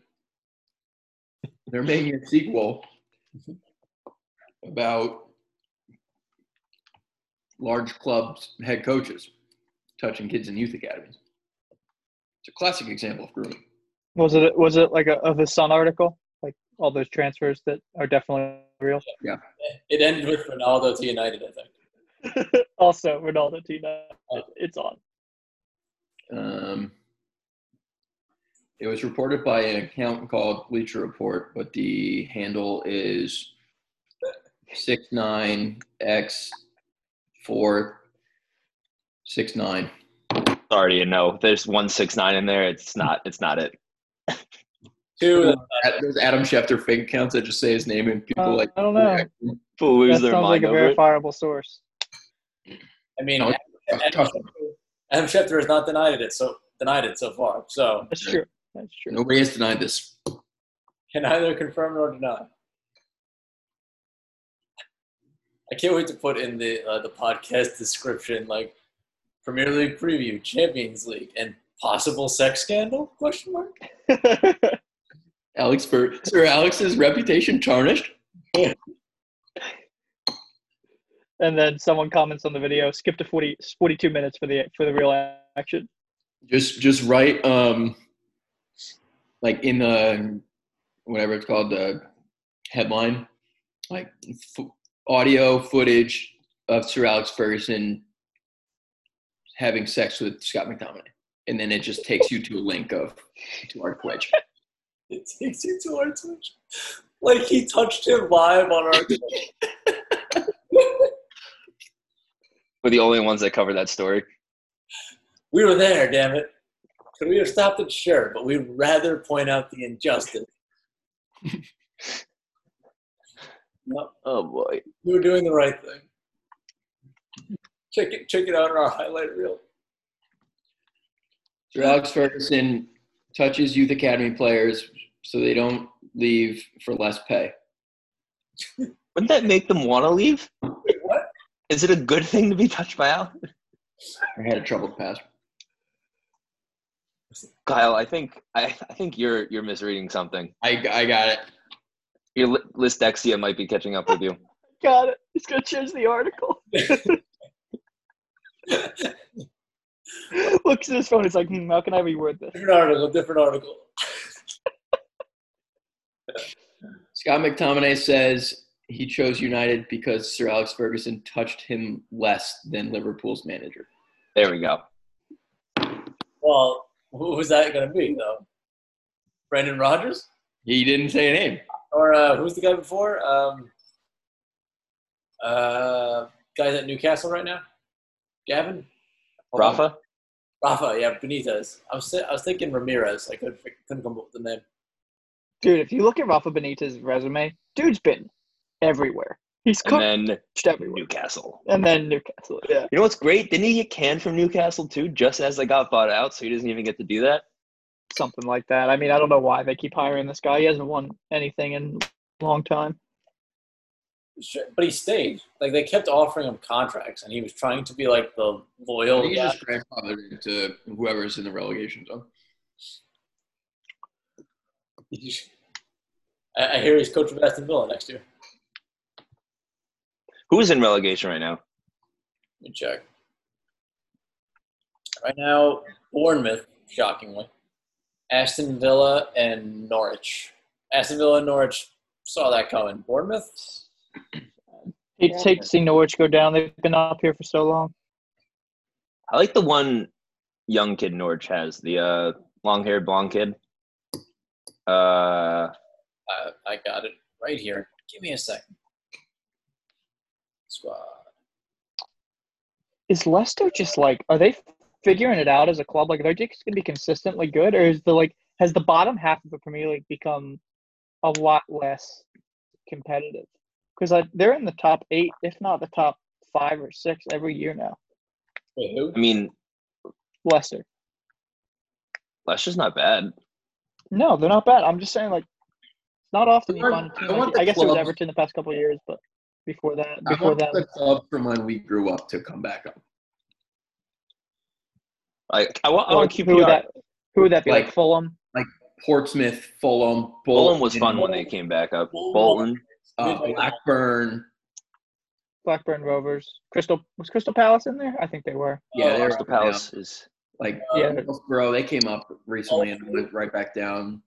S1: They're making a sequel about large clubs head coaches touching kids in youth academies. It's a classic example of grooming.
S2: Was it was it like a of his Sun article? Like all those transfers that are definitely real.
S3: It ended with Ronaldo to United, I think.
S2: also, Ronaldo T.
S4: Uh,
S2: It's on.
S1: Um, it was reported by an account called Bleacher Report, but the handle is 69x469.
S4: Sorry, you know, there's 169 in there. It's not it's not it.
S3: Two.
S1: Ad- Those Adam Schefter fake accounts that just say his name and people
S2: Uh,
S1: like.
S2: I don't know.
S4: People lose
S2: that
S4: their
S2: sounds
S4: mind
S2: like a
S4: over it.
S2: verifiable source.
S3: I mean,
S1: No,
S3: Adam Schefter- Adam Schefter has not denied it so denied it so far. So
S2: That's true. That's true.
S1: Nobody has denied this.
S3: can either confirm nor deny. I can't wait to put in the uh, the podcast description like Premier League preview, Champions League, and possible sex scandal? Question mark.
S1: Alex Fer- Sir Alex's reputation tarnished.
S2: and then someone comments on the video. Skip to 40, 42 minutes for the for the real action.
S1: Just just write um like in the whatever it's called the headline like f- audio footage of Sir Alex Ferguson having sex with Scott McDominay, and then it just takes you to a link of to our Twitch.
S3: It takes you to our Twitch. Like he touched him live on our.
S4: We're the only ones that covered that story.
S3: we were there, damn it. Could we have stopped it? Sure, but we'd rather point out the injustice. no,
S4: Oh boy.
S3: we were doing the right thing. Check it, check it out in our highlight reel.
S1: Sir Alex Ferguson touches youth academy players so they don't leave for less pay.
S4: Wouldn't that make them want to leave?
S3: Wait, what?
S4: Is it a good thing to be touched by Al?
S1: I had a troubled past.
S4: Kyle, I think I, I think you're you're misreading something.
S1: I, I got it.
S4: Your li- listexia might be catching up with you.
S2: Got it. He's gonna change the article. Looks at his phone. He's like, hmm, how can I reword this?
S3: Different article, different article.
S1: Scott McTominay says he chose United because Sir Alex Ferguson touched him less than Liverpool's manager.
S4: There we go.
S3: Well, who was that going to be though? Brendan Rodgers
S1: He didn't say a name.
S3: or uh, who's the guy before? Um, uh, guys at Newcastle right now, Gavin. Hold on.
S4: Rafa?
S3: Rafa, yeah, Benitez. I was, thi- I was thinking Ramirez. I couldn't, fi- couldn't come up with the name.
S2: Dude, if you look at Rafa Benitez's resume, dude's been everywhere. He's
S4: And
S2: coached
S4: then
S2: everywhere.
S4: Newcastle.
S2: And then Newcastle. Yeah.
S4: You know what's great? Didn't he get canned from Newcastle too, just as they got bought out, so he doesn't even get to do that?
S2: Something like that. I mean, I don't know why they keep hiring this guy. He hasn't won anything in a long time.
S3: Sure, But he stayed. Like they kept offering him contracts, and he was trying to be like the
S1: I
S3: loyal.
S1: think he's
S3: guy.
S1: just grandfathered into whoever's in the relegation zone.
S3: I, I hear he's coach of Aston Villa next year.
S4: Who is in relegation right now?
S3: Let me check. Right now, Bournemouth, shockingly, Aston Villa and Norwich. Aston Villa and Norwich saw that coming. Bournemouth,
S2: It
S3: Yeah.
S2: takes seeing Norwich go down. They've been up here for so long.
S4: I like the one young kid Norwich has, the uh, long haired blonde kid. Uh,
S3: uh, I got it right here. Give me a second. Squad.
S2: Is Leicester just like, are they figuring it out as a club? Like, are they just going to be consistently good? Or is the, like, has the bottom half of the Premier League become a lot less competitive? Because like, they're in the top eight, if not the top five or six every year now.
S3: Wait, who?
S4: I mean,
S2: Leicester.
S4: Leicester's not bad.
S2: No, they're not bad. I'm just saying, like, it's not often you
S1: I
S2: find a team.
S1: want
S2: Like,
S1: the
S2: I guess it was
S1: club-
S2: Everton the past couple of years, but before that,
S1: I
S2: before
S1: want
S2: that,
S1: the club from when we grew up to come back up.
S4: Like I want, I want
S2: like, who would
S4: QPR.
S2: that? Who would that be? Like,
S1: Like-
S2: Fulham.
S1: Portsmouth, Fulham, Bolton,
S4: Bolton was fun when they came back up. Bolton,
S1: uh, Blackburn.
S2: Blackburn Rovers, Crystal was Crystal Palace in there? I think they were.
S1: Yeah,
S3: Oh,
S1: they're
S4: Crystal Palace is
S1: Like
S2: Yeah,
S1: bro, they came up recently and went right back down.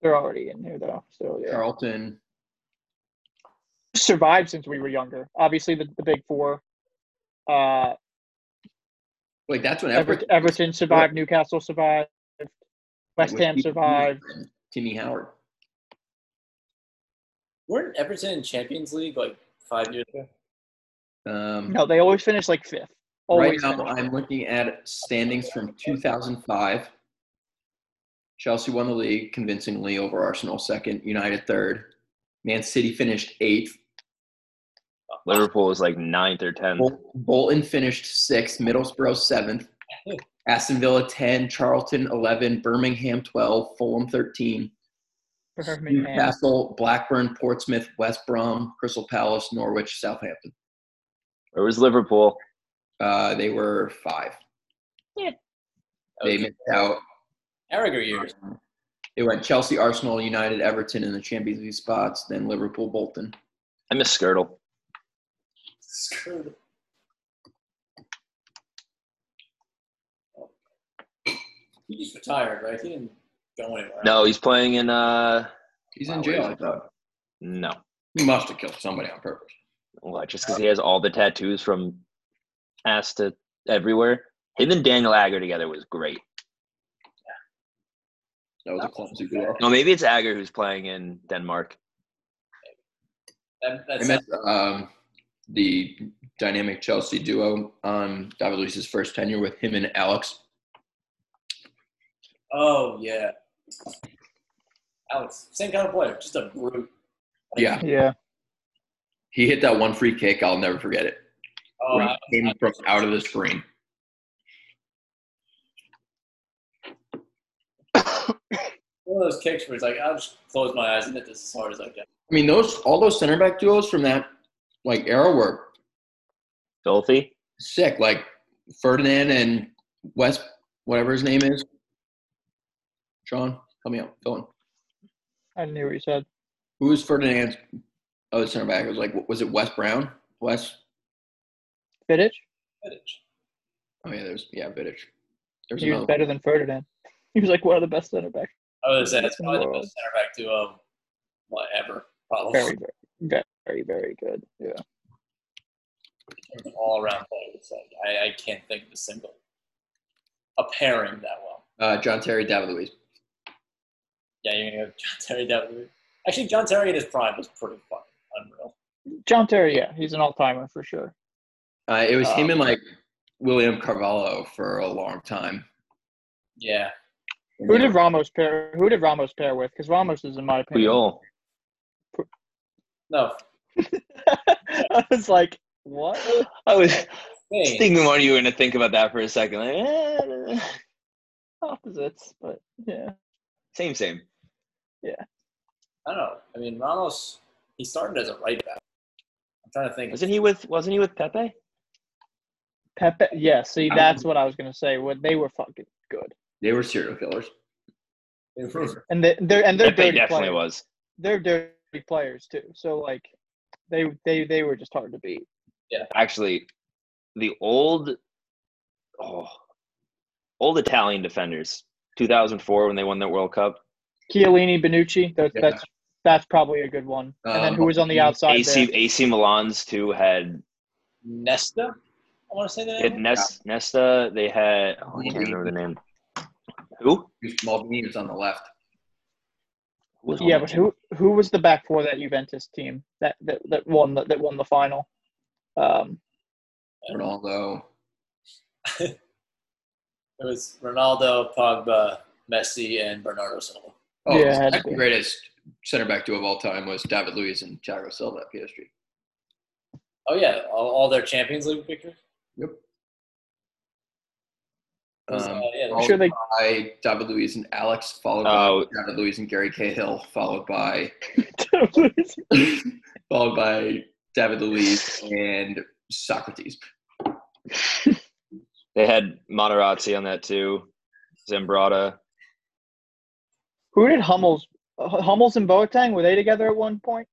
S2: they're already in there though. So yeah,
S1: Charlton.
S2: survived since we were younger. Obviously, the, the big four. Uh,
S1: Like that's when
S2: Ever-
S1: Everton,
S2: Everton survived. Newcastle survived. West
S1: with
S2: Ham
S1: Steve
S2: survived.
S1: Bruce and Timmy Howard.
S3: Weren't Everton in Champions League like five years ago?
S1: Um,
S2: No, they always finished like fifth.
S1: right
S2: Always.
S1: now,
S2: finished.
S1: I'm looking at standings from 2005. Chelsea won the league convincingly over Arsenal, second. United, third. Man City finished eighth.
S4: Liverpool is like ninth or tenth.
S1: Bol- Bolton finished sixth. Middlesbrough, seventh.
S2: Oh.
S1: Aston Villa, 10. Charlton, 11. Birmingham, 12. Fulham, 13.
S2: Birmingham.
S1: Newcastle, Blackburn, Portsmouth, West Brom, Crystal Palace, Norwich, Southampton.
S4: Or was Liverpool?
S1: Uh, they were five.
S3: That
S1: They
S3: was
S1: missed out
S3: Arrogant years.
S1: It went Chelsea, Arsenal, United, Everton in the Champions League spots, then Liverpool, Bolton.
S4: I miss Skirtle.
S3: Screwed. He just retired, right? He didn't go anywhere.
S4: No, he's playing in. uh
S1: He's
S4: Wow,
S1: in jail,
S4: where
S1: I
S4: is
S1: thought.
S4: No,
S1: He must have killed somebody on purpose.
S4: What, just because he has all the tattoos from ass to everywhere. Him and Daniel Agger together was great.
S1: That was a clumsy goal.
S4: No, maybe it's Agger who's playing in Denmark.
S3: That,
S1: I
S3: that's
S1: met um, the dynamic Chelsea duo on David Luiz's first tenure with him and Alex.
S3: oh yeah. Alex, same kind of player, just a brute.
S1: Yeah,
S2: Yeah.
S1: he hit that one free kick. I'll never forget it.
S3: Oh,
S1: When
S3: I-
S1: he came from out of the screen.
S3: one of those kicks where it's like I'll just close my eyes and hit this as hard as I can.
S1: I mean, those all those center back duos from that like era were
S4: Filthy.
S1: sick. Like Ferdinand and West, whatever his name is. Sean, help me out. Fill in.
S2: I knew what you said.
S1: Who was Ferdinand's other center back? It was like, was it Wes Brown? Wes?
S2: Vidic,
S3: Footage.
S1: Oh, yeah, there's, yeah, Vidic. There's
S2: he was
S1: another.
S2: better than Ferdinand. He was like one of the best center backs.
S3: I would say that's probably the best center back duo, whatever.
S1: Oh.
S3: Well,
S2: Very, very, very, very good. Yeah.
S3: all around play. It's like I, I can't think of a single a pairing that well.
S1: Uh, John Terry, David Luiz.
S3: Yeah, you're gonna go John Terry Devlin. Actually, John Terry in his prime was pretty fucking unreal.
S2: John Terry, yeah, he's an all timer for sure.
S1: Uh, it was him
S2: Um,
S1: and like William Carvalho for a long time.
S3: Yeah,
S2: Who did Ramos pair? Who did Ramos pair with? Because Ramos is, in my opinion,
S4: Puyol.
S3: no,
S2: I was like, what?
S4: I was
S3: Spain.
S4: thinking one of you were gonna think about that for a second. Like, eh,
S2: Opposites, but yeah.
S4: same, same.
S3: I don't know. I mean, Ramos, he started as a right back. I'm trying to think.
S4: Wasn't he with? Wasn't he with Pepe?
S2: Pepe, yeah. See,
S4: Um,
S2: that's what I was gonna say. When they were fucking good,
S1: They were serial killers.
S2: and they, they're and they're
S4: Pepe
S2: dirty
S4: definitely
S2: players.
S4: was.
S2: They're dirty players too. So like, they they they were just hard to beat.
S4: actually the old oh old Italian defenders 2004 when they won that World Cup
S2: Chiellini, Benucci. That's
S1: Yeah.
S2: that's that's probably a good one. And then
S1: Um,
S2: who was on the outside?
S4: AC
S2: there?
S4: AC Milan's two had
S3: Nesta, I want to say
S4: they
S3: that.
S4: had Nes, Nesta they had oh, I can't remember the name who
S1: Maldini was on the left.
S4: Who was on
S2: Yeah,
S4: that
S2: but
S4: team?
S2: who who was the back for that Juventus team that that, that won the, that won the final? Um,
S1: Ronaldo.
S3: It was Ronaldo, Pogba, Messi, and Bernardo Silva.
S1: Oh,
S2: Yeah, it had
S1: the
S2: to
S1: second
S2: be.
S1: greatest center back duo of all time was David Luiz and Thiago Silva at PSG.
S3: Oh yeah, all, all their Champions League victories.
S1: Yep.
S3: Was,
S1: Um,
S3: uh, yeah,
S2: I'm sure they
S1: by David Luiz and Alex, followed
S4: Oh.
S1: by David Luiz and Gary Cahill, followed by followed by David Luiz and Socrates.
S4: they had Materazzi on that too Zambrata
S2: who did Hummels H- Hummels and Boateng were they together at one point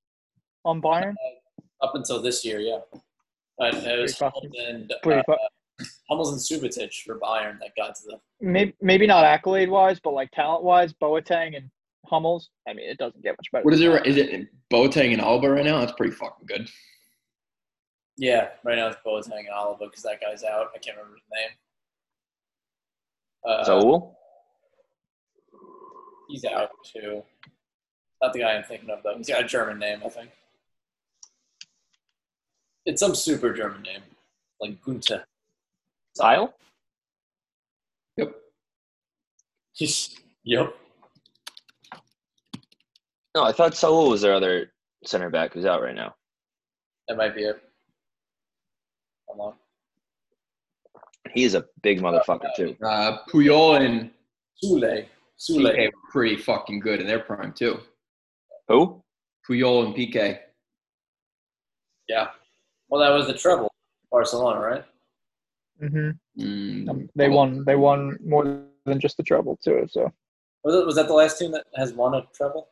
S2: on Bayern?
S4: Uh,
S3: up until this year, yeah. But it was
S2: Pretty
S3: Hummels and,
S2: Pretty
S3: uh,
S2: fu-
S3: Hummels and Subotic for Bayern that got to the.
S2: maybe maybe not accolade wise, but like talent wise, Boateng and Hummels. I mean, it doesn't get much better.
S1: What is
S2: than
S1: it?
S2: that.
S1: right- Is it Boateng and Alba right now? That's pretty fucking good.
S3: Yeah, right now it's Boateng and Oliva because that guy's out. I can't remember his name. Uh,
S4: Saul
S3: he's out too. Not the guy I'm thinking of though. He's got a German name, I think. It's some super German name, like Gunther.
S4: Isle
S1: Yep.
S3: yep.
S4: no I thought Saul was their other center back who's out right now
S3: That might be it. Hold on.
S4: he is a big motherfucker too
S1: Uh, Puyol and
S3: Sule. Sule.
S1: PK were pretty fucking good in their prime too.
S4: who
S1: Puyol and PK.
S3: Yeah. Well, that was the treble. Barcelona, right?
S2: Mhm.
S1: Mm,
S2: Um, they won. They won more than just the treble too. So
S3: Was, it, was that the last team that has won a treble?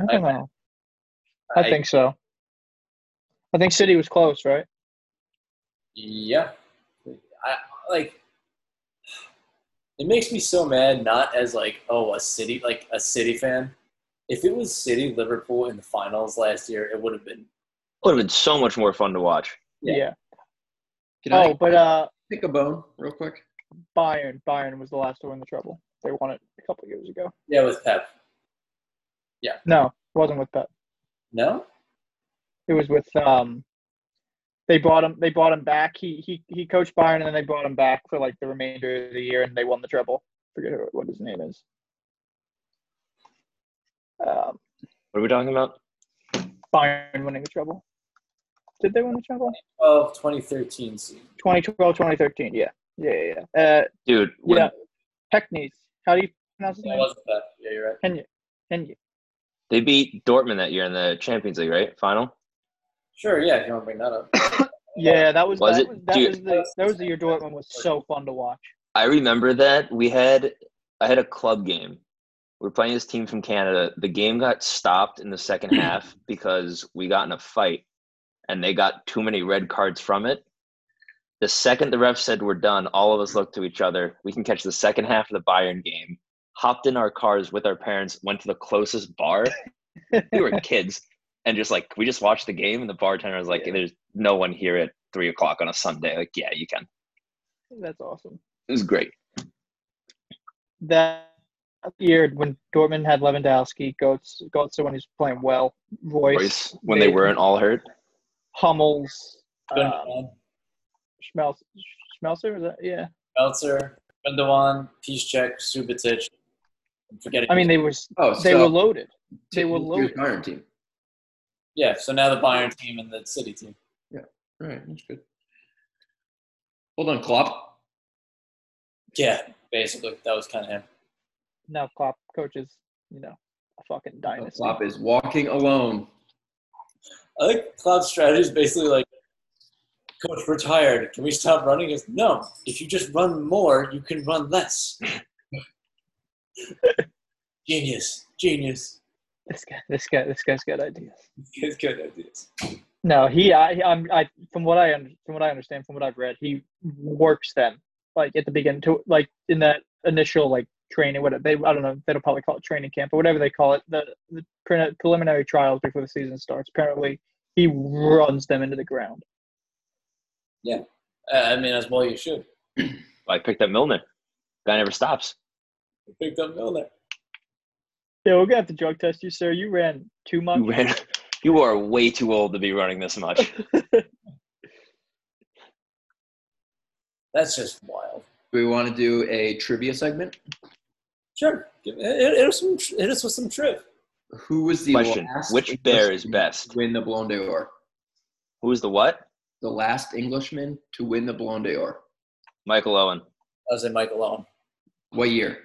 S2: I don't know. I think so. I think City was close, right?
S3: Yeah. I like. It makes me so mad. Not as like oh a city like a city fan. If it was City Liverpool in the finals last year, it would have been.
S4: would have been so much more fun to watch
S3: Yeah.
S1: Can
S2: Oh,
S1: I
S2: but uh,
S1: pick a bone real quick?
S2: Bayern. Bayern was the last to win the treble. They won it a couple years ago.
S3: Yeah, with Pep.
S2: No, wasn't with Pep.
S3: No.
S2: It was with um. They brought him. They brought him back. He he he coached Bayern, and then they brought him back for like the remainder of the year, and they won the treble. Forget who, what his name is. Um,
S4: what are we talking about
S2: Bayern winning the treble. Did they win the treble?
S3: 12, 2013 season.
S2: 2012, 2013. Yeah, yeah, yeah. yeah. Uh,
S4: dude when-
S2: yeah. Pecknees. How do you pronounce his
S3: Yeah, it
S2: name?
S3: was with Pep. Yeah, you're right.
S2: Can you?
S4: They beat Dortmund that year in the Champions League, right? Final.
S3: Sure. Yeah, if you want to bring that up.
S2: Yeah, that was,
S4: Was
S2: that,
S4: it-
S2: was that
S4: dude-
S2: was the that was the year Dortmund was so fun to watch.
S4: I remember that we had I had a club game. We were playing this team from Canada. The game got stopped in the second half because we got in a fight, and they got too many red cards from it. The second the ref said we're done, all of us looked to each other. We can catch the second half of the Bayern game, hopped in our cars with our parents, went to the closest bar. we were kids, and just like we just watched the game, and the bartender was like, "There's no one here at three o'clock on a Sunday." Like, yeah, you can.
S2: That's awesome.
S4: It was great.
S2: That year when Dortmund had Lewandowski, Goetz, Goetz when he's playing well, Royce,
S4: Royce, when they weren't all hurt.
S2: Hummels, uh,
S3: Gundogan,
S2: Schmelz, Schmelzer, was that? Yeah.
S3: Belzer, Gundogan, Piszczek, Subotic. I'm forgetting.
S2: I mean, they was
S1: Oh,
S2: they
S1: so
S2: were loaded. They were
S1: Your
S2: loaded.
S1: Bayern team.
S3: yeah. So now the Bayern team and the City team.
S1: All right, that's good. Hold on, Klopp.
S3: Yeah, basically that was kind of him.
S2: Now Klopp coaches, you know, a fucking dynasty.
S1: Klopp is walking alone.
S3: I think Cloud's strategy is basically like, Coach, we're tired. Can we stop running? He goes, no. If you just run more, you can run less. genius, genius.
S2: This guy, this guy, this guy's got ideas.
S3: It's good ideas.
S2: No, he, I, I'm, I, from what I, un- from what I understand, from what I've read, he works them like at the beginning to like in that initial like training, what they, I don't know, they'll probably call it training camp or whatever they call it, the, the pre- preliminary trials before the season starts. Apparently, he runs them into the ground.
S3: Uh, I mean, as well you should.
S4: I picked up Milner. Guy never stops.
S3: You picked up Milner.
S2: Yeah, we're gonna have to drug test you, sir. You ran too much.
S4: You ran. You are way too old to be running this much.
S3: That's just wild.
S1: Do we want to do a trivia segment?
S3: Sure. Give, hit, hit, us some, hit us with some trip.
S1: Who was the
S4: Question:
S1: last
S4: Which bear is
S1: Englishman
S4: best?
S1: to win the Blonde d'Or?
S4: Who is the what?
S1: The last Englishman to win the Blonde d'Or.
S4: Michael Owen,
S3: I was in Michael Owen.
S1: What year?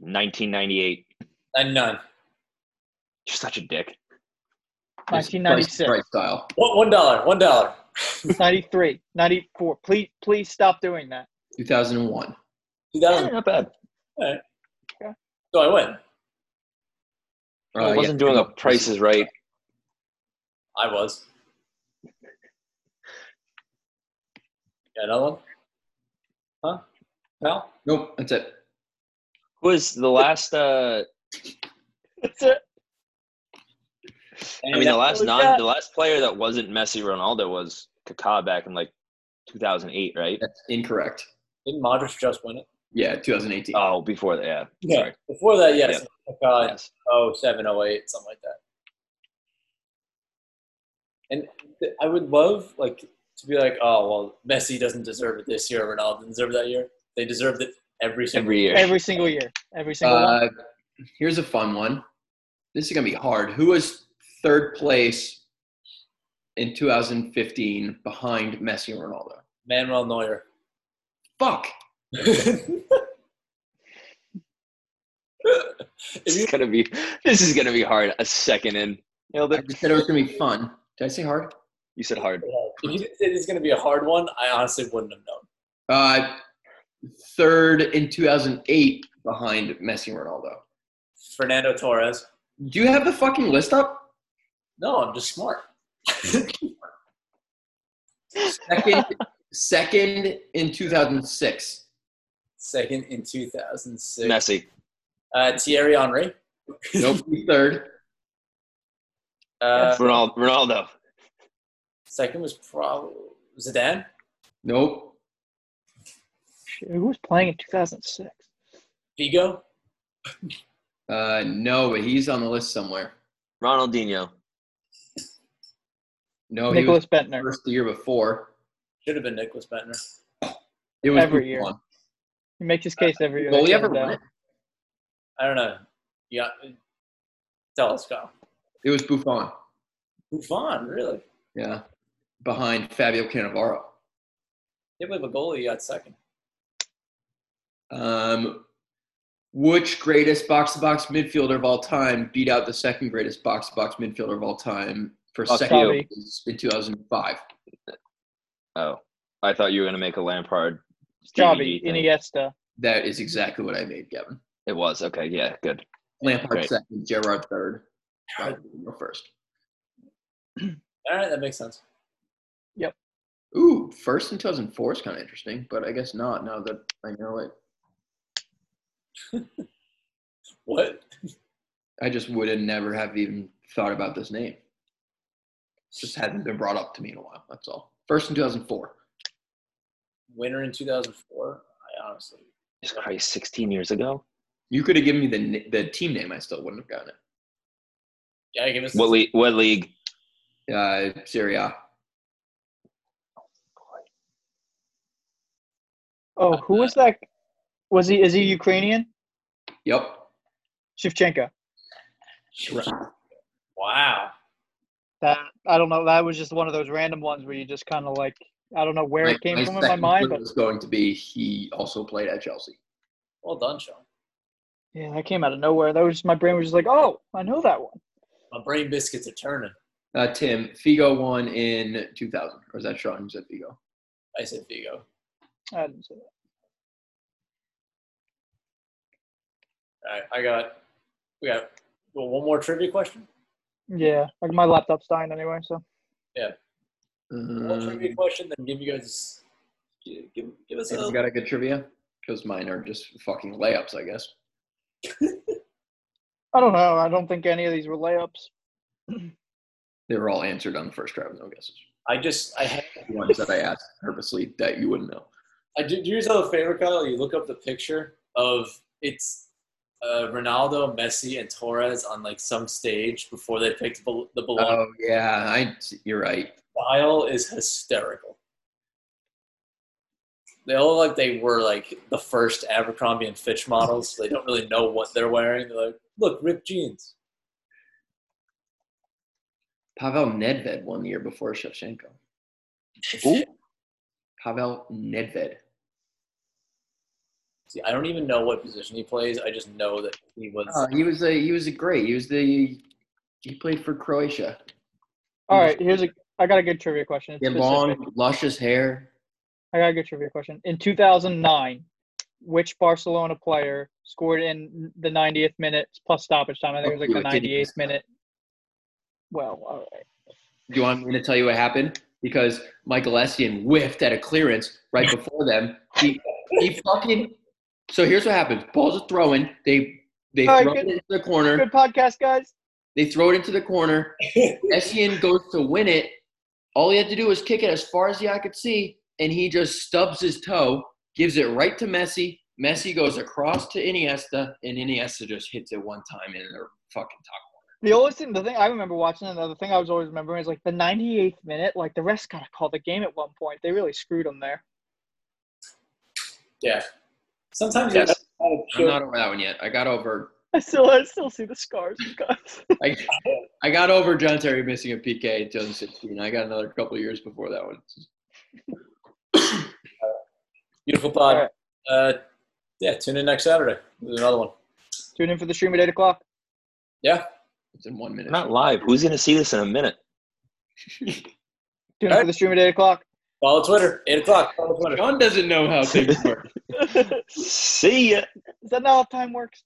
S4: 1998.
S3: 99.
S4: You're such a dick.
S1: Price-
S2: 1996,
S1: Price style.
S3: One, one dollar. One dollar.
S2: 93, 94. Please, please stop doing that.
S1: 2001.
S4: Eh,
S3: 2000.
S4: not bad.
S3: So I win.
S1: Uh,
S4: I
S1: yeah.
S4: Oh, wasn't doing a Price is Right.
S3: I was. Got another one? Huh? Pal?
S1: Nope, that's it.
S4: Who is the last? Uh,
S2: That's it.
S4: I mean, the last
S2: was
S4: non,
S2: that?
S4: the last player that wasn't Messi, Ronaldo was Kaká back in like 2008, right?
S1: That's incorrect.
S3: Didn't Modric just win it?
S1: Yeah, 2018.
S4: Oh, before that, yeah.
S3: Yeah.
S4: Sorry.
S3: Before that, yes. God,
S4: Yes.
S3: oh seven, oh eight, something like that. And th- I would love like to be like, oh well, Messi doesn't deserve it this year. Ronaldo didn't deserve it that year. They deserved it every single.
S4: Every year.
S2: Every single year, every single one.
S1: Uh, here's a fun one. This is gonna be hard. Who was third place in 2015 behind Messi and Ronaldo?
S3: Manuel Neuer.
S1: Fuck.
S3: if
S4: This
S3: you
S4: is gonna be. This is gonna be hard. A second in. Nailed
S1: I
S4: it.
S1: just said it was gonna be fun. Did I say hard?
S4: You said hard.
S3: if you didn't say it's going to be a hard one, I honestly wouldn't have known.
S1: Uh, third in 2008 behind Messi and Ronaldo.
S3: Fernando Torres.
S1: Do you have the fucking list up?
S3: No, I'm just smart.
S1: Second, second in 2006.
S3: Second in 2006.
S4: Messi.
S3: Uh, Thierry Henry.
S1: Nope, third.
S3: Uh,
S4: Ronaldo. Ronaldo.
S3: second was probably Zidane.
S1: Nope.
S2: Shit, Who was playing in 2006?
S3: Vigo.
S1: Uh, no, but he's on the list somewhere.
S4: Ronaldinho.
S1: No,
S4: Oh,
S1: he was
S2: Nicholas Bentner.
S1: first the year before.
S3: Should have been Nicholas Bentner.
S1: It was
S2: Every year.
S1: Buffon.
S2: He makes his case every uh, year.
S1: Well,
S2: They
S1: we
S2: shut
S1: ever
S2: him down.
S1: won it.
S3: I don't know. Yeah. Tell us, Kyle.
S1: It was Buffon.
S3: Buffon, really?
S1: Yeah, behind Fabio Cannavaro.
S3: Can't believe a goalie got second.
S1: Um, which greatest box-to-box midfielder of all time beat out the second greatest box-to-box midfielder of all time for
S4: Fuck
S1: second
S2: you.
S1: place in 2005?
S4: Oh, I thought you were gonna make a Lampard.
S2: Xavi,
S4: DVD thing.
S2: Iniesta.
S1: That is exactly what I made, Gavin.
S4: It was okay. Yeah, good.
S1: Lampard
S4: Great.
S1: second, Gerrard third, Ronaldinho first.
S3: All right, that makes sense.
S1: Ooh, first in 2004 is kind of interesting, but I guess not now that I know it.
S3: What?
S1: I just would have never have even thought about this name. Just hadn't been brought up to me in a while. That's all. First in 2004.
S3: Winner in 2004? I honestly.
S4: Jesus Christ, 16 years ago?
S1: You could have given me the ni- the team name. I still wouldn't have gotten
S3: Yeah, give us
S4: What, le- what league?
S1: it. Uh, Serie A.
S2: Oh, who was that? Was he? Is he Ukrainian?
S1: Yep.
S2: Shevchenko.
S3: Wow.
S2: That I don't know. That was just one of those random ones where you just kind of like I don't know where it came from in my
S1: second
S2: mind,
S1: clue
S2: but
S1: was going to be he also played at Chelsea.
S3: Well done, Sean.
S2: yeah, that came out of nowhere. That was just, my brain was just like, oh, I know that one.
S3: My brain biscuits are turning.
S1: Uh, Tim Figo won in 2000, or is that Sean who said Figo?
S3: I said Vigo.
S2: I didn't say that.
S3: All right, I got. We got well, one more trivia question.
S2: Yeah, like my laptop's dying anyway, so
S3: One more trivia
S1: Um,
S3: question, then give you guys. Give, give us a.
S1: anyone got a good trivia? Because mine are just fucking layups, I guess.
S2: I don't know. I don't think any of these were layups.
S1: They were all answered on the first try with no guesses.
S3: I just. I had
S1: The ones that I asked purposely that you wouldn't know.
S3: I do, do yourself a favor, Kyle. You look up the picture of it's uh, Ronaldo, Messi, and Torres on like some stage before they picked Bel- the Bologna
S1: Oh yeah, I you're right.
S3: style is hysterical. They all look like they were like the first Abercrombie and Fitch models. So they don't really know what they're wearing. They're like, look, ripped jeans.
S1: Pavel Nedved won the year before Shevchenko.
S4: Ooh.
S1: Pavel Nedved.
S3: See, I don't even know what position he plays. I just know that he was.
S1: Uh, he was a he was a great. He was the he played for Croatia.
S2: All right, here's a. I got a good trivia question. It's
S1: He had
S2: specific.
S1: long, luscious hair.
S2: I got a good trivia question. In 2009, which Barcelona player scored in the 90th minute plus stoppage time? I think it was
S1: You
S2: like
S1: were
S2: the
S1: kidding me.
S2: 98th minute. Well, all right.
S1: Do you want me to tell you what happened? Because Michael Essien whiffed at a clearance right before them. He, he fucking. So here's what happens. Balls are throwing. They they
S2: All right,
S1: throw
S2: good-
S1: it into the corner.
S2: Good podcast, guys.
S1: They throw it into the corner. Essien goes to win it. All he had to do was kick it as far as the eye could see, and he just stubs his toe, gives it right to Messi. Messi goes across to Iniesta, and Iniesta just hits it one time in their fucking top.
S2: The only thing, the thing I remember watching, and the other thing I was always remembering is like the 98th minute. Like the rest got to call the game at one point. They really screwed them there.
S3: yeah. Sometimes
S1: Yes.
S3: you have to
S1: I'm not over that one yet. I got over.
S2: I still, I still see the scars, you guys.
S1: I, I got over John Terry missing a PK in 2016. I got another couple years before that one.
S3: Beautiful pod.
S2: All right.
S3: Uh, yeah, tune in next Saturday. There's another one.
S2: Tune in for the stream at eight o'clock.
S3: Yeah.
S1: It's in one minute.
S4: Not live. Who's going to see this in a minute?
S2: Tune
S3: All
S2: in
S3: right.
S2: for the stream at eight o'clock.
S3: Follow Twitter. Eight o'clock. Follow Twitter.
S1: John doesn't know how things work.
S2: is
S4: See ya.
S2: that not how time works?